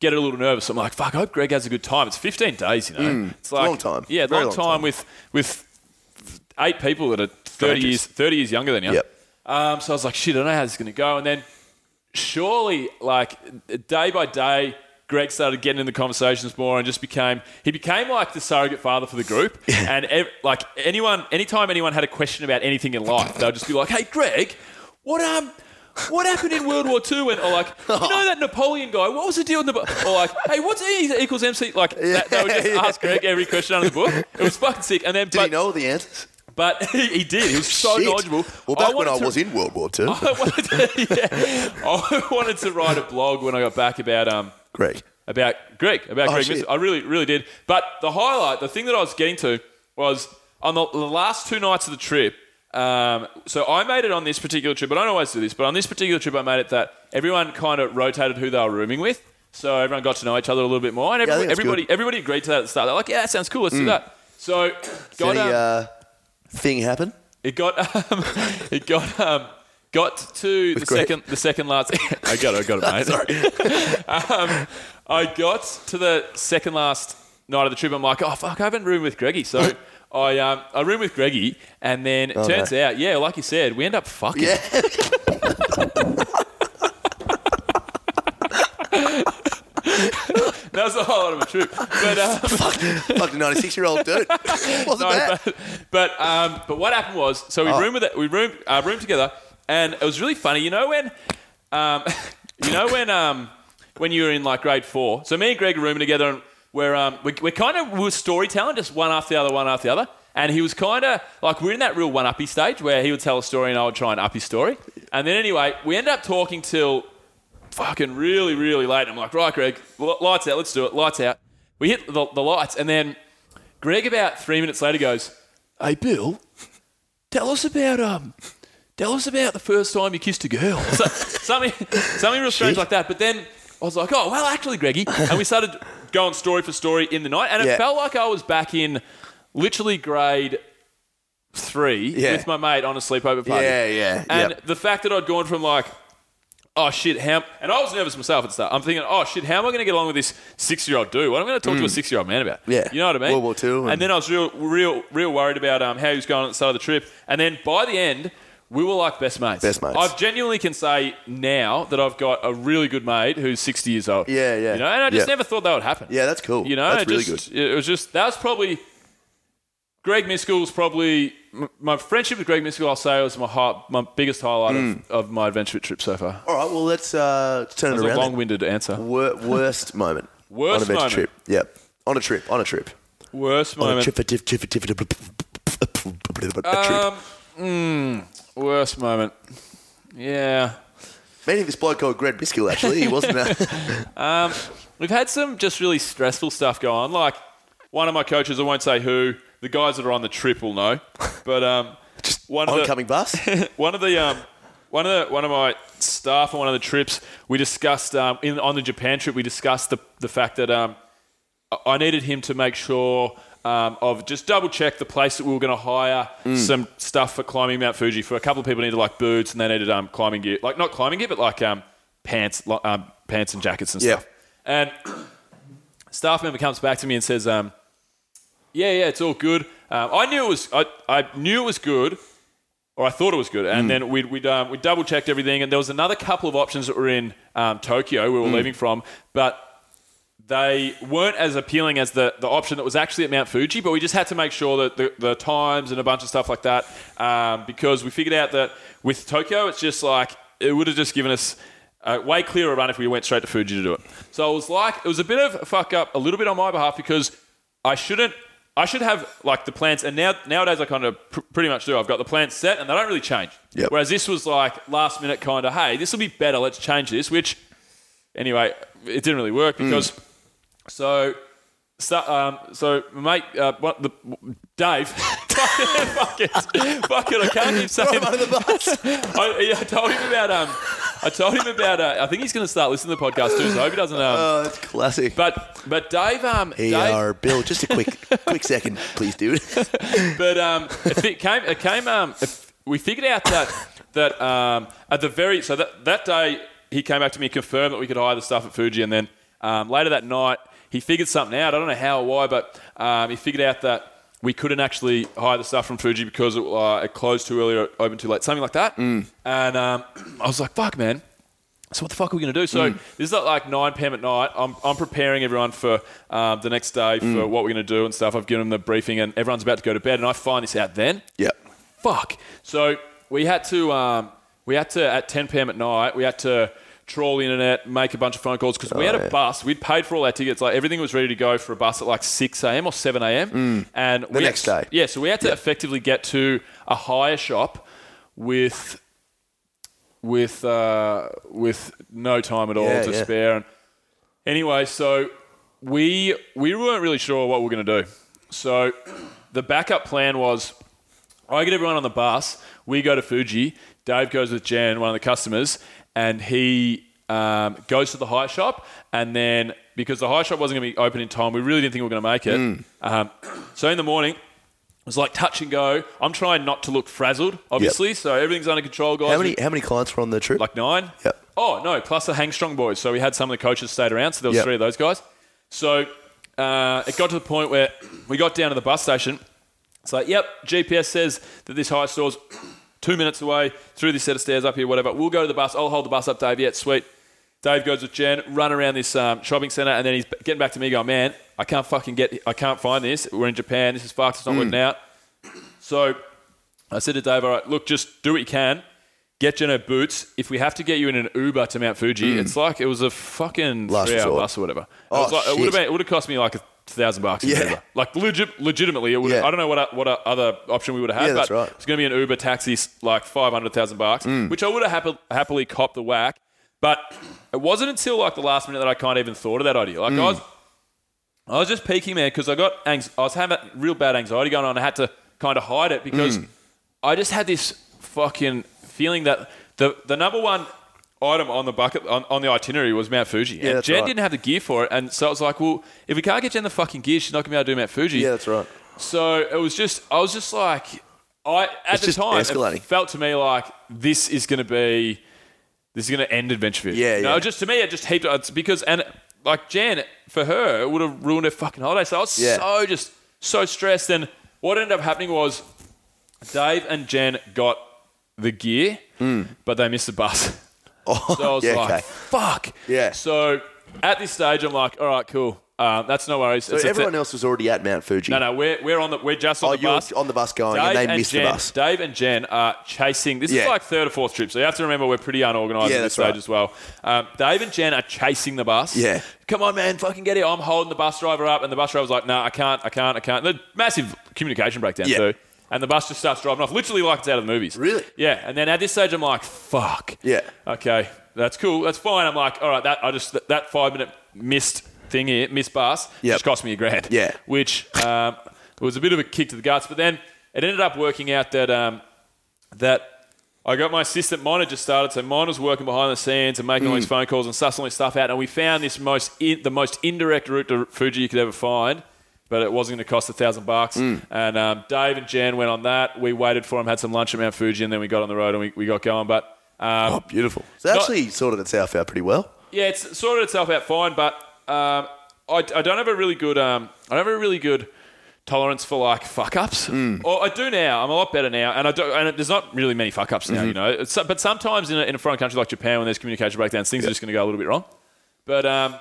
Speaker 2: get a little nervous. I'm like, fuck, I hope Greg has a good time. It's 15 days, you know. it's like
Speaker 1: Mm, long time.
Speaker 2: Yeah,
Speaker 1: Very
Speaker 2: long,
Speaker 1: long
Speaker 2: time
Speaker 1: time.
Speaker 2: with with eight people that are 30
Speaker 1: Strangers.
Speaker 2: years 30 years younger than you.
Speaker 1: Yep.
Speaker 2: Um, so I was like, shit, I don't know how this is going to go. And then surely, like day by day, Greg started getting in the conversations more and just became he became like the surrogate father for the group. and ev- like anyone, anytime anyone had a question about anything in life, they'll just be like, "Hey, Greg, what um." What happened in World War II? And or like, you know that Napoleon guy. What was the deal with Napoleon? Or like, hey, what's E equals MC? Like, that, they would just
Speaker 1: Yeah.
Speaker 2: ask Greg every question under the book. It was fucking sick. And then,
Speaker 1: Did
Speaker 2: but,
Speaker 1: he know all the answers?
Speaker 2: but he, he did. He was so
Speaker 1: Shit.
Speaker 2: knowledgeable.
Speaker 1: Well, back when
Speaker 2: wanted
Speaker 1: I
Speaker 2: to-
Speaker 1: was in World War II,
Speaker 2: I wanted, to, yeah, I wanted to write a blog when I got back about um
Speaker 1: Greg.
Speaker 2: about Greg about
Speaker 1: Oh,
Speaker 2: Greg.
Speaker 1: shit.
Speaker 2: Missett. I really really did. But the highlight, the thing that I was getting to was on the, the last two nights of the trip. Um, so I made it on this particular trip. I don't always do this, but on this particular trip, I made it that everyone kind of rotated who they were rooming with. So everyone got to know each other a little bit more, and
Speaker 1: Yeah, I think
Speaker 2: every,
Speaker 1: that's Hmm.
Speaker 2: everybody everybody agreed to that at the start. They're like, "Yeah, that sounds cool. Let's do that." So,
Speaker 1: Did
Speaker 2: got,
Speaker 1: any
Speaker 2: um,
Speaker 1: uh, thing happen?
Speaker 2: it got um, it got um, got to the
Speaker 1: great.
Speaker 2: second the second last. I got it. I got it, mate. um, I got to the second last night of the trip. I'm like, oh fuck, I haven't roomed with Greggy. So I um, I roomed with Greggy, and then it turns out, yeah, like you said, we end up fucking.
Speaker 1: Yeah.
Speaker 2: That was the highlight of a trip. But um,
Speaker 1: Fucking 96 year old dude. Wasn't
Speaker 2: No,
Speaker 1: that?
Speaker 2: but but, um, but what happened was so we roomed with it, we roomed uh, roomed together, and it was really funny. You know when, um, you know when um, when you were in like grade four. So me and Greg were rooming together, and we're um, we, we're kind of we were storytelling, just one after the other, one after the other. And he was kind of like we're in that real one-uppy stage where he would tell a story and I would try and up his story. And then anyway, we end up talking till fucking really, really late. I'm like, right, Greg, l- lights out, let's do it, lights out. We hit the, the lights, and then Greg, about three minutes later, goes, "Hey, Bill, tell us about um, tell us about the first time you kissed a girl." So, something, something real strange like that. But then I was like, "Oh, well, actually, Greggy," and we started going story for story in the night, and it
Speaker 1: Yeah.
Speaker 2: felt like I was back in literally grade three
Speaker 1: Yeah.
Speaker 2: with my mate on a sleepover party.
Speaker 1: Yeah, yeah,
Speaker 2: And
Speaker 1: yep.
Speaker 2: the fact that I'd gone from like, oh shit, how? And I was nervous myself at the start. I'm thinking, oh shit, how am I going to get along with this six-year-old dude? What am I going to talk to a six-year-old man about?
Speaker 1: Mm. Yeah.
Speaker 2: you know what I mean.
Speaker 1: World War Two
Speaker 2: And,
Speaker 1: and-
Speaker 2: then I was real, real, real worried about um, how he was going at the start of the trip. And then by the end. We were like best mates.
Speaker 1: Best mates.
Speaker 2: I genuinely can say now that I've got a really good mate who's 60 years old.
Speaker 1: Yeah, yeah.
Speaker 2: You know, and I just
Speaker 1: Yeah.
Speaker 2: never thought that would happen.
Speaker 1: Yeah, that's cool.
Speaker 2: You know,
Speaker 1: that's
Speaker 2: it
Speaker 1: really
Speaker 2: just,
Speaker 1: good.
Speaker 2: It was just that was probably Greg Miskell's probably m- my friendship with Greg Miskell. I'll say was my hi- my biggest highlight
Speaker 1: Mm.
Speaker 2: of, of my adventure trip so far.
Speaker 1: All right, well, let's uh, turn it
Speaker 2: That was
Speaker 1: around.
Speaker 2: a
Speaker 1: then.
Speaker 2: long-winded answer.
Speaker 1: Wor- worst moment.
Speaker 2: Worst
Speaker 1: on a bench
Speaker 2: moment.
Speaker 1: trip. Yep. On a trip. On a trip.
Speaker 2: Worst
Speaker 1: On a
Speaker 2: moment.
Speaker 1: trip. A trip. trip, trip, trip, trip, trip, trip.
Speaker 2: Um, mm, worst moment. Yeah,
Speaker 1: Meeting this bloke called Greg Biskill, actually. He wasn't a,
Speaker 2: we've had some just really stressful stuff go on. Like one of my coaches, I won't say who. The guys that are on the trip will know, but um, just one of the-
Speaker 1: oncoming bus.
Speaker 2: one of the um, one of the one of my staff on one of the trips, we discussed um, in on the Japan trip. We discussed the the fact that um, I- I needed him to make sure. Um, of just double check the place that we were going to hire some stuff for climbing Mount Fuji for a couple of people needed like boots and they needed um, climbing gear like not climbing gear but like um, pants lo- um, pants and jackets and
Speaker 1: Yeah.
Speaker 2: stuff and staff member comes back to me and says um, yeah yeah it's all good um, I knew it was I, I knew it was good or I thought it was good. And then we'd, we'd, um, we double checked everything, and there was another couple of options that were in um, Tokyo we were leaving from, but they weren't as appealing as the, the option that was actually at Mount Fuji, but we just had to make sure that the, the times and a bunch of stuff like that, um, because we figured out that with Tokyo, it's just like it would have just given us a way clearer run if we went straight to Fuji to do it. So it was like it was a bit of a fuck up, a little bit on my behalf because I shouldn't. I should have like the plans, and now nowadays I kind of pr- pretty much do. I've got the plans set, and they don't really change.
Speaker 1: Yep.
Speaker 2: Whereas this was like last minute kind of, hey, this will be better. Let's change this. Which, anyway, it didn't really work because. So, so, um, so mate, uh, what the Dave? fuck it, fuck it, fuck it! I can't keep saying. I, yeah, I told him about um, I told him about. Uh, I think he's going to start listening to the podcast too. So I hope he doesn't. Um,
Speaker 1: Oh, that's classic.
Speaker 2: but but Dave um
Speaker 1: Hey,
Speaker 2: Dave,
Speaker 1: uh, Bill, just a quick, quick second, please, dude.
Speaker 2: but um, if it came, it came. Um, if we figured out that that um, at the very so that that day he came back to me and confirmed that we could hire the stuff at Fuji, and then um, later that night he figured something out. I don't know how or why, but um, he figured out that we couldn't actually hire the stuff from Fuji because it, uh, it closed too early or opened too late, something like that. And um, I was like, "Fuck, man." So what the fuck are we going to do? So this is at like 9 p.m. at night. I'm, I'm preparing everyone for um, the next day for what we're going to do and stuff. I've given them the briefing and everyone's about to go to bed. And I find this out then.
Speaker 1: yep.
Speaker 2: Fuck. So we had to um, we had to at 10 p.m. at night we had to trawl the internet, make a bunch of phone calls because we had a
Speaker 1: Oh, yeah.
Speaker 2: bus. We'd paid for all our tickets. Like everything was ready to go for a bus at like 6 a.m. or 7 a.m. And the
Speaker 1: Mm. next day.
Speaker 2: Yeah. So we had to effectively get to a hire shop with with uh, with no time at all
Speaker 1: Yeah,
Speaker 2: to
Speaker 1: yeah.
Speaker 2: spare. And anyway, so we we weren't really sure what we were going to do. So the backup plan was "Oh, I get everyone on the bus. We go to Fuji. Dave goes with Jan, one of the customers, and he um, goes to the high shop. And then because the high shop wasn't going to be open in time, we really didn't think we were going to make it.
Speaker 1: Hmm.
Speaker 2: Um, so in the morning. It was like touch and go. I'm trying not to look frazzled, obviously. So everything's under control, guys.
Speaker 1: How many, how many clients were on the trip?
Speaker 2: Like nine?
Speaker 1: Yep.
Speaker 2: Oh, no, plus the Hangstrong boys. So we had some of the coaches stayed around, so there was
Speaker 1: Yep.
Speaker 2: three of those guys. So uh, it got to the point where we got down to the bus station. It's like, yep, GPS says that this high store's two minutes away, through this set of stairs up here, whatever. We'll go to the bus. I'll hold the bus up, Dave. Yeah, sweet. Dave goes with Jen, run around this um, shopping centre, and then he's getting back to me going, man, I can't fucking get, I can't find this. We're in Japan. This is fucked. It's not working
Speaker 1: Mm.
Speaker 2: out. So I said to Dave, all right, look, just do what you can. Get Jen her boots. If we have to get you in an Uber to Mount Fuji, it's like it was a fucking
Speaker 1: Mm. Last
Speaker 2: three hour
Speaker 1: resort.
Speaker 2: bus or whatever. It,
Speaker 1: Oh,
Speaker 2: was like- it would have
Speaker 1: shit.
Speaker 2: been, it would have cost me like a thousand bucks. in
Speaker 1: Yeah.
Speaker 2: Uber. Like legit, legitimately, it would.
Speaker 1: Yeah.
Speaker 2: I don't know what what other option we would have had,
Speaker 1: Yeah,
Speaker 2: but
Speaker 1: that's right. Mm.
Speaker 2: it's going to be an Uber taxi, s- like five hundred thousand bucks, which I would have happ- happily copped the whack. But it wasn't until like the last minute that I kind of even thought of that idea.
Speaker 1: Mm.
Speaker 2: Like I was, I was just peeking there because I got anx- I was having real bad anxiety going on. I had to kind of hide it because
Speaker 1: Mm.
Speaker 2: I just had this fucking feeling that the the number one item on the bucket on, on the itinerary was Mount Fuji. Yeah, and
Speaker 1: that's
Speaker 2: Jen
Speaker 1: right.
Speaker 2: didn't have the gear for it, and so I was like, well, if we can't get Jen the fucking gear, she's not gonna be able to do Mount Fuji.
Speaker 1: Yeah, that's right.
Speaker 2: So it was just, I was just like, I at
Speaker 1: It's
Speaker 2: the
Speaker 1: just
Speaker 2: time
Speaker 1: escalating.
Speaker 2: it felt to me like this is going to be, this is going to end Adventurefish.
Speaker 1: Yeah,
Speaker 2: no,
Speaker 1: yeah.
Speaker 2: just to me it just heaped it's because and like Jan for her it would have ruined her fucking holiday. So I was
Speaker 1: Yeah.
Speaker 2: so just so stressed. And what ended up happening was Dave and Jan got the gear, but they missed the bus.
Speaker 1: Oh,
Speaker 2: So I was
Speaker 1: Hmm. yeah,
Speaker 2: like,
Speaker 1: okay.
Speaker 2: fuck.
Speaker 1: Yeah.
Speaker 2: So at this stage, I'm like, all right, cool. Um, that's no worries.
Speaker 1: So everyone else was already at Mount Fuji.
Speaker 2: No, no, we're, we're on the we're just on
Speaker 1: Oh,
Speaker 2: the
Speaker 1: you're
Speaker 2: bus
Speaker 1: on the bus going, and they missed
Speaker 2: Jen,
Speaker 1: the bus.
Speaker 2: Dave and Jen are chasing. This is
Speaker 1: Yeah.
Speaker 2: like third or fourth trip, so you have to remember we're pretty unorganised
Speaker 1: Yeah,
Speaker 2: at this
Speaker 1: that's
Speaker 2: stage
Speaker 1: right.
Speaker 2: as well. Um, Dave and Jen are chasing the bus.
Speaker 1: Yeah.
Speaker 2: Come on, man, fucking get it. I'm holding the bus driver up, and the bus driver's like, no, I can't, I can't, I can't. The massive communication breakdown,
Speaker 1: Yeah.
Speaker 2: too. And the bus just starts driving off, literally like it's out of the movies.
Speaker 1: Really?
Speaker 2: Yeah. And then at this stage, I'm like, fuck.
Speaker 1: Yeah.
Speaker 2: Okay, that's cool. That's fine. I'm like, all right, that I just that, that five minute missed thing here, missed bus,
Speaker 1: Yep.
Speaker 2: just cost me a grand
Speaker 1: Yeah.
Speaker 2: which um, was a bit of a kick to the guts. But then it ended up working out that um, that I got my assistant miner just started, so mine was working behind the scenes and making all
Speaker 1: Mm.
Speaker 2: these phone calls and sussing all this stuff out, and we found this most in, the most indirect route to Fuji you could ever find. But it wasn't going to cost a thousand bucks.
Speaker 1: Mm.
Speaker 2: And um, Dave and Jan went on that. We waited for them, had some lunch at Mount Fuji, and then we got on the road and we, we got going. But um,
Speaker 1: Oh, beautiful. So that
Speaker 2: Not-
Speaker 1: actually sorted itself out pretty well.
Speaker 2: yeah, it's sorted itself out fine, but um, I, I don't have a really good um, I don't have a really good tolerance for like fuck ups.
Speaker 1: Hmm.
Speaker 2: Or I do now. I'm a lot better now, and I do. And there's not really many fuck ups
Speaker 1: Mm-hmm.
Speaker 2: now, you know. It's, but sometimes in a, in a foreign country like Japan, when there's communication breakdowns, things are just going to go a little bit wrong. But um,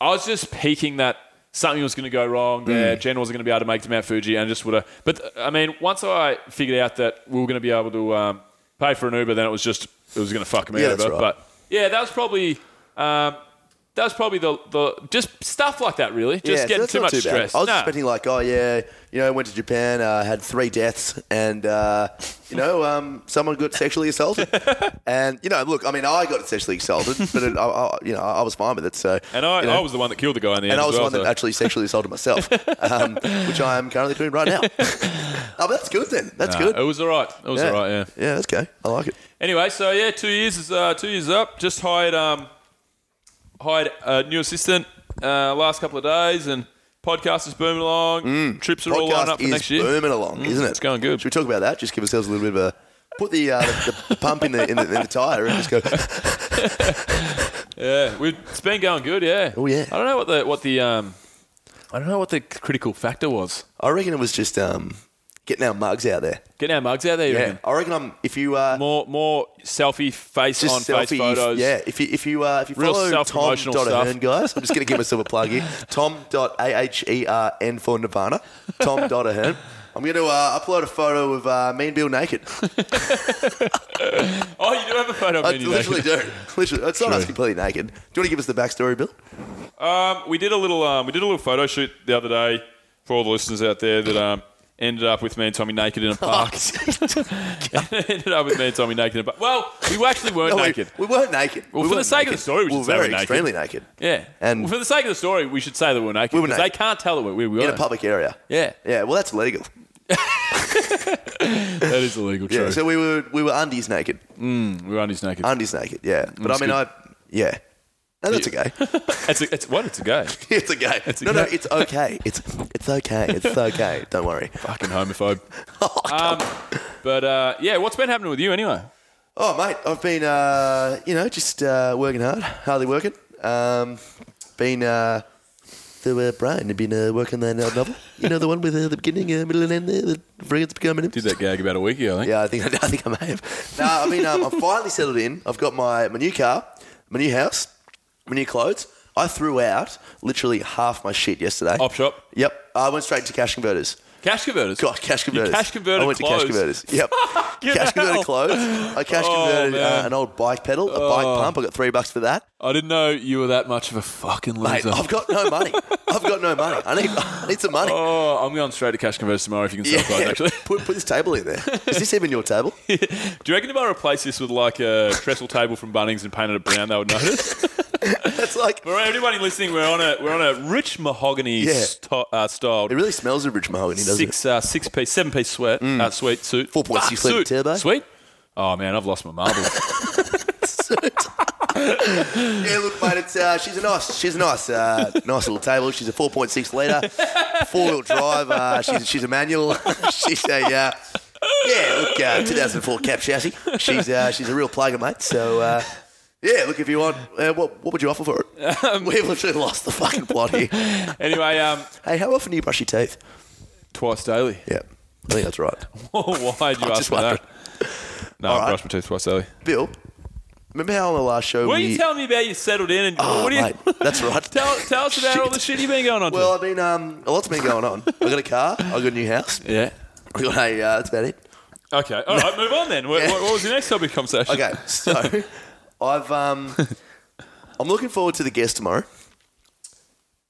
Speaker 2: I was just peaking that something was going to go wrong there.
Speaker 1: Hmm.
Speaker 2: Jen wasn't going to be able to make it to Mount Fuji, and just would have. But I mean, once I figured out that we were going to be able to um, pay for an Uber, then it was just it was going to fuck me
Speaker 1: Yeah,
Speaker 2: over.
Speaker 1: that's right.
Speaker 2: But yeah, that was probably. Um, that was probably the, the just stuff like that really just
Speaker 1: so
Speaker 2: getting
Speaker 1: that's
Speaker 2: too
Speaker 1: not
Speaker 2: much
Speaker 1: bad.
Speaker 2: stress
Speaker 1: I was
Speaker 2: Nah.
Speaker 1: expecting like, oh yeah, you know, went to Japan, uh, had three deaths, and uh, you know, um, someone got sexually assaulted, and you know, look, I mean, I got sexually assaulted, but it, I, I, you know, I was fine with it. So,
Speaker 2: And I,
Speaker 1: you know,
Speaker 2: I was the one that killed the guy in the end.
Speaker 1: and I was
Speaker 2: as
Speaker 1: the
Speaker 2: well,
Speaker 1: one that
Speaker 2: so-
Speaker 1: actually sexually assaulted myself, um, which I am currently doing right now. oh, but that's good then. That's
Speaker 2: Nah,
Speaker 1: good.
Speaker 2: It was all right. It was
Speaker 1: yeah.
Speaker 2: all right. Yeah.
Speaker 1: yeah, that's okay. I like it.
Speaker 2: Anyway, so yeah, two years is uh, two years up. Just hired um, hired a new assistant uh, last couple of days, and podcast is booming along. Trips are all lined
Speaker 1: Mm. Podcast
Speaker 2: up for
Speaker 1: is
Speaker 2: next year. Mm,
Speaker 1: booming along, isn't it?
Speaker 2: it's going good.
Speaker 1: Should we talk about that? Just give ourselves a little bit of a put the uh, the, the pump in the in the, in the tire and just go.
Speaker 2: Yeah, we it's been going good. Yeah.
Speaker 1: Oh, yeah.
Speaker 2: I don't know what the what the um, I don't know what the critical factor was.
Speaker 1: I reckon it was just um, getting our mugs out there.
Speaker 2: Getting our mugs out there. you
Speaker 1: Yeah,
Speaker 2: reckon?
Speaker 1: I reckon I'm. If you uh,
Speaker 2: More more selfie face
Speaker 1: just
Speaker 2: on
Speaker 1: selfie,
Speaker 2: face photos.
Speaker 1: yeah. If you if you uh, if you
Speaker 2: Real
Speaker 1: follow Tom
Speaker 2: self-promotional
Speaker 1: dot
Speaker 2: stuff.
Speaker 1: Ahern, guys, I'm just gonna give myself a plug here. Tom dot a h e r n for Nirvana. Tom dot Ahern. I'm gonna uh, upload a photo of uh, me and Bill naked.
Speaker 2: Oh, you do have a photo
Speaker 1: I
Speaker 2: of me.
Speaker 1: literally do. Literally, it's not us completely naked. Do you want to give us the backstory, Bill?
Speaker 2: Um, we did a little um, we did a little photo shoot the other day for all the listeners out there that um, ended up with me and Tommy naked in a park. ended up with me and Tommy naked in a park. Well, we actually weren't
Speaker 1: Oh, No, we-
Speaker 2: naked.
Speaker 1: We, weren't naked.
Speaker 2: Well,
Speaker 1: we
Speaker 2: for the
Speaker 1: weren't
Speaker 2: sake
Speaker 1: naked.
Speaker 2: of the story, we
Speaker 1: we
Speaker 2: should
Speaker 1: were
Speaker 2: say we're
Speaker 1: very
Speaker 2: naked.
Speaker 1: extremely naked
Speaker 2: yeah.
Speaker 1: And-
Speaker 2: well, for the sake of the story, we should say that we were naked.
Speaker 1: We were
Speaker 2: 'cause
Speaker 1: naked.
Speaker 2: They can't tell that we, we were.
Speaker 1: in a public area.
Speaker 2: Yeah.
Speaker 1: Yeah. Well, that's legal.
Speaker 2: That is illegal, true.
Speaker 1: Yeah. So we were we were undies naked.
Speaker 2: we were undies naked.
Speaker 1: Undies naked. Yeah. But
Speaker 2: Mm, That's
Speaker 1: I mean,
Speaker 2: good.
Speaker 1: I yeah. No, that's okay.
Speaker 2: it's, a, it's what? It's a gay.
Speaker 1: It's okay.
Speaker 2: It's
Speaker 1: no, no,
Speaker 2: okay.
Speaker 1: it's okay. It's it's okay. It's okay. Don't worry.
Speaker 2: Fucking homophobe. um, but uh, yeah, what's been happening with you anyway?
Speaker 1: Oh, mate, I've been uh, you know just uh, working hard, hardly working. Um, been uh, through uh, Brian. I've been uh, working that uh, novel. You know the one with uh, the beginning, uh, middle, and end there. The frigate's becoming him.
Speaker 2: Did that gag about a week ago, I think.
Speaker 1: Yeah, I think I think I may have. No, I mean um, I'm finally settled in. I've got my my new car, my new house, my new clothes. I threw out literally half my shit yesterday.
Speaker 2: Op shop.
Speaker 1: Yep, I went straight to cash converters.
Speaker 2: Cash converters.
Speaker 1: God, cash
Speaker 2: You
Speaker 1: converters.
Speaker 2: cash converted
Speaker 1: I went
Speaker 2: clothes.
Speaker 1: to cash converters. Yep. cash
Speaker 2: hell.
Speaker 1: converted clothes. I cash
Speaker 2: Oh,
Speaker 1: converted uh,
Speaker 2: man. Oh.
Speaker 1: an old bike pedal, a bike pump. I got three bucks for that.
Speaker 2: I didn't know you were that much of a fucking
Speaker 1: Mate,
Speaker 2: loser.
Speaker 1: I've got no money. I've got no money. I need, I need some money.
Speaker 2: Oh, I'm going straight to cash converters tomorrow if you can sell clothes, actually.
Speaker 1: Put, put this table in there. Is this even your table?
Speaker 2: Do you reckon if I replace this with like a trestle table from Bunnings and painted it brown, they would notice?
Speaker 1: That's like,
Speaker 2: For everybody listening, we're on a we're on a rich mahogany
Speaker 1: Yeah.
Speaker 2: sto- uh, styled
Speaker 1: it really smells of rich mahogany, doesn't it?
Speaker 2: six uh, six piece seven piece sweat
Speaker 1: Mm.
Speaker 2: uh, sweet suit
Speaker 1: 4.6
Speaker 2: Ah,
Speaker 1: litre
Speaker 2: suit.
Speaker 1: turbo.
Speaker 2: sweet. Oh man, I've lost my marbles.
Speaker 1: Yeah, look, mate, it's, uh, she's a nice, she's a nice, uh, nice little table. She's a 4.6 litre, four-wheel drive. Uh, she's, she's a manual. she's a, uh, yeah, look, uh, 2004 cap chassis. She's, uh, she's a real plugger, mate. So, uh, yeah, look, if you want, uh, what, what would you offer for it?
Speaker 2: Um,
Speaker 1: We've literally lost the fucking plot here.
Speaker 2: anyway, um,
Speaker 1: Hey, how often do you brush your teeth?
Speaker 2: twice daily.
Speaker 1: Yeah, I think that's right.
Speaker 2: Why do you
Speaker 1: I'm
Speaker 2: ask
Speaker 1: just
Speaker 2: me that? No, I
Speaker 1: right.
Speaker 2: brush my teeth twice daily.
Speaker 1: Bill, remember how on the last show
Speaker 2: What are
Speaker 1: we...
Speaker 2: you telling me about? You settled in and
Speaker 1: Oh,
Speaker 2: what are you?
Speaker 1: mate, that's right.
Speaker 2: Tell, tell us about all the shit you've been going on. to.
Speaker 1: Well, I've been, um, a lot's been going on. I've got a car, I've got a new house.
Speaker 2: yeah.
Speaker 1: I've got a, uh, that's about it.
Speaker 2: Okay. All right. Move on then. What, what- what was your next topic of conversation?
Speaker 1: Okay, so I've um, I'm looking forward to the guest tomorrow.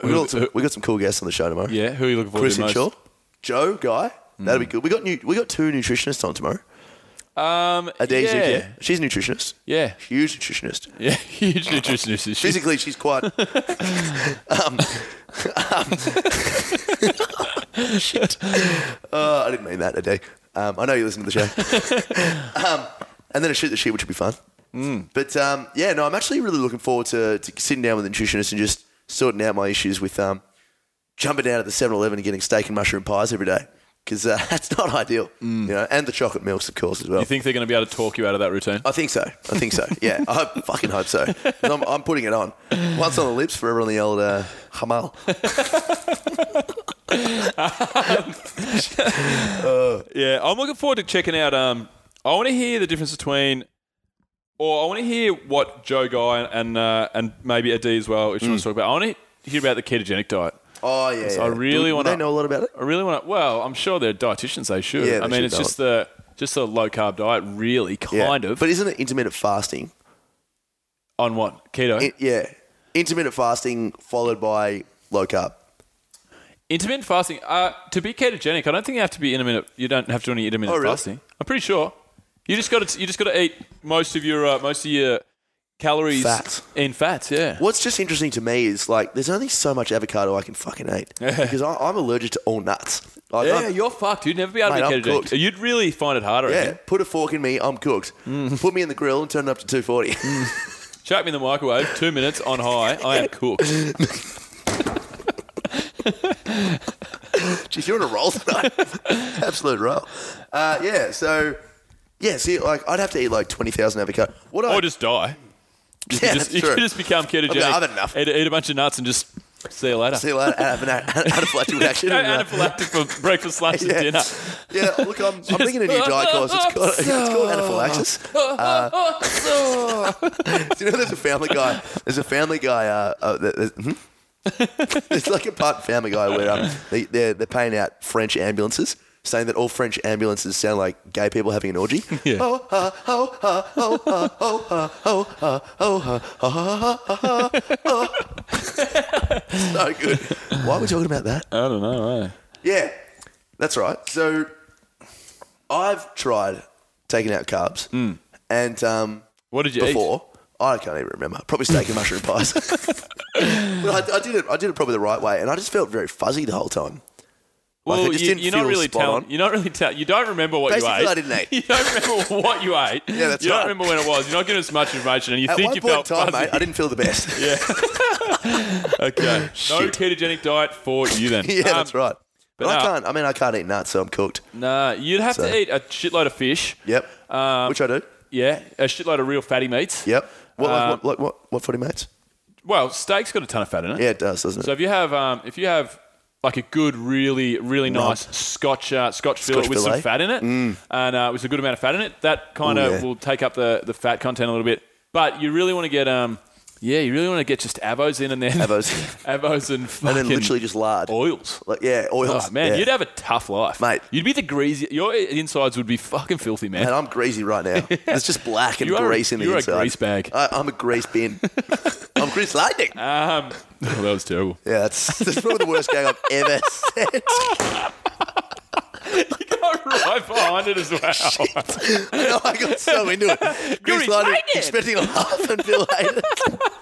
Speaker 1: We got some, we got some cool guests on the show tomorrow.
Speaker 2: Yeah. Who are you looking forward
Speaker 1: Chris
Speaker 2: to
Speaker 1: and
Speaker 2: most?
Speaker 1: Shaw,
Speaker 2: Hmm.
Speaker 1: Joe, Guy. That'll be good. We got new, we got two nutritionists on tomorrow.
Speaker 2: Um,
Speaker 1: Adai's
Speaker 2: yeah.
Speaker 1: yeah. she's a nutritionist.
Speaker 2: Yeah.
Speaker 1: Huge nutritionist.
Speaker 2: Yeah. Huge nutritionist issue.
Speaker 1: Physically, she's quite. um, um, shit. Uh, I didn't mean that, Ade. Um, I know you listen to the show. um, and then a shoot the shit, which would be fun. But um, yeah, no, I'm actually really looking forward to, to sitting down with a nutritionist and just sorting out my issues with um, jumping down at the 7 Eleven and getting steak and mushroom pies every day. Because uh, that's not ideal. You know, and the chocolate milks, of course, as well.
Speaker 2: You think they're going to be able to talk you out of that routine?
Speaker 1: I think so. I think so. Yeah, I hope, fucking hope so. 'Cause I'm, I'm putting it on. Once on the lips, forever on the old uh, hamal.
Speaker 2: Yeah, I'm looking forward to checking out. Um, I want to hear the difference between, or I want to hear what Joe Guy and uh, and maybe Adi as well, which you
Speaker 1: Mm.
Speaker 2: want to talk about. I want to hear about the ketogenic diet.
Speaker 1: Oh yeah, yeah.
Speaker 2: I really
Speaker 1: Do
Speaker 2: wanna-
Speaker 1: They know a lot about it.
Speaker 2: I really want to. Well, I'm sure they're dietitians. They should.
Speaker 1: Yeah, they
Speaker 2: I mean,
Speaker 1: should
Speaker 2: it's
Speaker 1: know
Speaker 2: just the just the low carb diet, really,
Speaker 1: Yeah.
Speaker 2: kind of.
Speaker 1: But isn't it intermittent fasting?
Speaker 2: on what keto?
Speaker 1: In- yeah, intermittent fasting followed by low carb.
Speaker 2: intermittent fasting. Uh, to be ketogenic, I don't think you have to be intermittent. You don't have to do any intermittent
Speaker 1: Oh, really?
Speaker 2: fasting. I'm pretty sure. You just got to. You just got to eat most of your uh, most of your calories
Speaker 1: Fats.
Speaker 2: in fats. Yeah.
Speaker 1: What's just interesting to me is like there's only so much avocado I can fucking eat because I, I'm allergic to all nuts. Like,
Speaker 2: Yeah,
Speaker 1: I'm-
Speaker 2: you're fucked. You'd never be able
Speaker 1: Mate,
Speaker 2: to
Speaker 1: I'm
Speaker 2: be ketogenic.
Speaker 1: cooked.
Speaker 2: You'd really find it harder.
Speaker 1: yeah. Put a fork in me, I'm cooked.
Speaker 2: Mm.
Speaker 1: Put me in the grill and turn it up to 240.
Speaker 2: Chuck me in the microwave, two minutes on high. I am cooked.
Speaker 1: Jeez, you're on a roll tonight. Absolute roll. Uh, yeah. So yeah, see, like I'd have to eat like 20,000 avocado. What I
Speaker 2: Or just die.
Speaker 1: yeah,
Speaker 2: You,
Speaker 1: that's
Speaker 2: just, you
Speaker 1: true.
Speaker 2: could just become ketogenic.
Speaker 1: I've had enough.
Speaker 2: Eat, eat a bunch of nuts and just see you later.
Speaker 1: See you later. Have an a- anaphylactic reaction.
Speaker 2: No
Speaker 1: and, uh,
Speaker 2: anaphylactic for breakfast, lunch, and dinner.
Speaker 1: Yeah, look, I'm, I'm thinking a new diet course. It's called, it's called anaphylaxis. Uh, do you know there's a family guy? There's a family guy. Uh, uh, that- that- hmm? it's like a part in family guy where um, they, they're, they're paying out French ambulances. Saying that all French ambulances sound like gay people having an orgy. Oh, ha, oh, ha, oh, ha, oh, ha, oh, ha, oh, ha, ha, ha, ha, ha, ha, oh. So good. Why are we talking about that?
Speaker 2: I don't know. eh?
Speaker 1: Yeah, that's right. So I've tried taking out carbs,
Speaker 2: Mm.
Speaker 1: and um,
Speaker 2: What did you
Speaker 1: before I can't even remember. Probably steak and mushroom pies. but I, I did it. I did it probably the right way, and I just felt very fuzzy the whole time.
Speaker 2: eat? Well,
Speaker 1: it just
Speaker 2: you,
Speaker 1: didn't
Speaker 2: you're not
Speaker 1: feel
Speaker 2: really
Speaker 1: spot
Speaker 2: telling.
Speaker 1: on.
Speaker 2: You're not really telling. You don't remember what
Speaker 1: Basically,
Speaker 2: you ate.
Speaker 1: I didn't eat.
Speaker 2: You don't remember what you ate.
Speaker 1: Yeah, that's
Speaker 2: You
Speaker 1: right.
Speaker 2: don't remember when it was. You're not getting as much information, and you
Speaker 1: At
Speaker 2: think
Speaker 1: one
Speaker 2: you
Speaker 1: point
Speaker 2: felt
Speaker 1: in time,
Speaker 2: fuzzy.
Speaker 1: mate, I didn't feel the best.
Speaker 2: Yeah. okay. No ketogenic diet for you then.
Speaker 1: yeah,
Speaker 2: Um,
Speaker 1: that's right. But,
Speaker 2: but
Speaker 1: I
Speaker 2: no. Mm.
Speaker 1: can't. I mean, I can't eat nuts, so I'm cooked.
Speaker 2: Nah, you'd have
Speaker 1: So-
Speaker 2: to eat a shitload of fish.
Speaker 1: Yep.
Speaker 2: Um,
Speaker 1: Which I do.
Speaker 2: yeah, a shitload of real fatty meats.
Speaker 1: Yep. What,
Speaker 2: um,
Speaker 1: like, what, like, what, what, footy mates?
Speaker 2: Well, steak's got a ton of fat in it.
Speaker 1: Yeah, it does, doesn't it?
Speaker 2: So if you have, um, if you have like a good, really, really nice Scotch uh, Scotch fillet
Speaker 1: Scotch
Speaker 2: with some
Speaker 1: fillet. Mm.
Speaker 2: fat in it, and uh, with a good amount of fat in it, that kind
Speaker 1: Ooh,
Speaker 2: of
Speaker 1: yeah.
Speaker 2: will take up the, the fat content a little bit. But you really want to get, um, yeah, you really want to get just avos in and then
Speaker 1: Avos.
Speaker 2: avos and
Speaker 1: and
Speaker 2: fucking
Speaker 1: then literally just lard.
Speaker 2: oils.
Speaker 1: Like, yeah, oils.
Speaker 2: Oh, man,
Speaker 1: yeah.
Speaker 2: you'd have a tough life,
Speaker 1: Mate.
Speaker 2: You'd be the greasy. Your insides would be fucking filthy, man.
Speaker 1: And I'm greasy right now. It's just black and
Speaker 2: You are a-
Speaker 1: grease in the
Speaker 2: you're a
Speaker 1: inside.
Speaker 2: grease bag.
Speaker 1: I, I'm a grease bin. I'm grease lightning.
Speaker 2: Um, oh, that was terrible.
Speaker 1: yeah, that's, that's probably the worst gag I've ever said.
Speaker 2: right behind it as well.
Speaker 1: No, I got so into it. Grease
Speaker 2: Grease
Speaker 1: lightning,
Speaker 2: lightning.
Speaker 1: expecting a laugh and Bill hated it.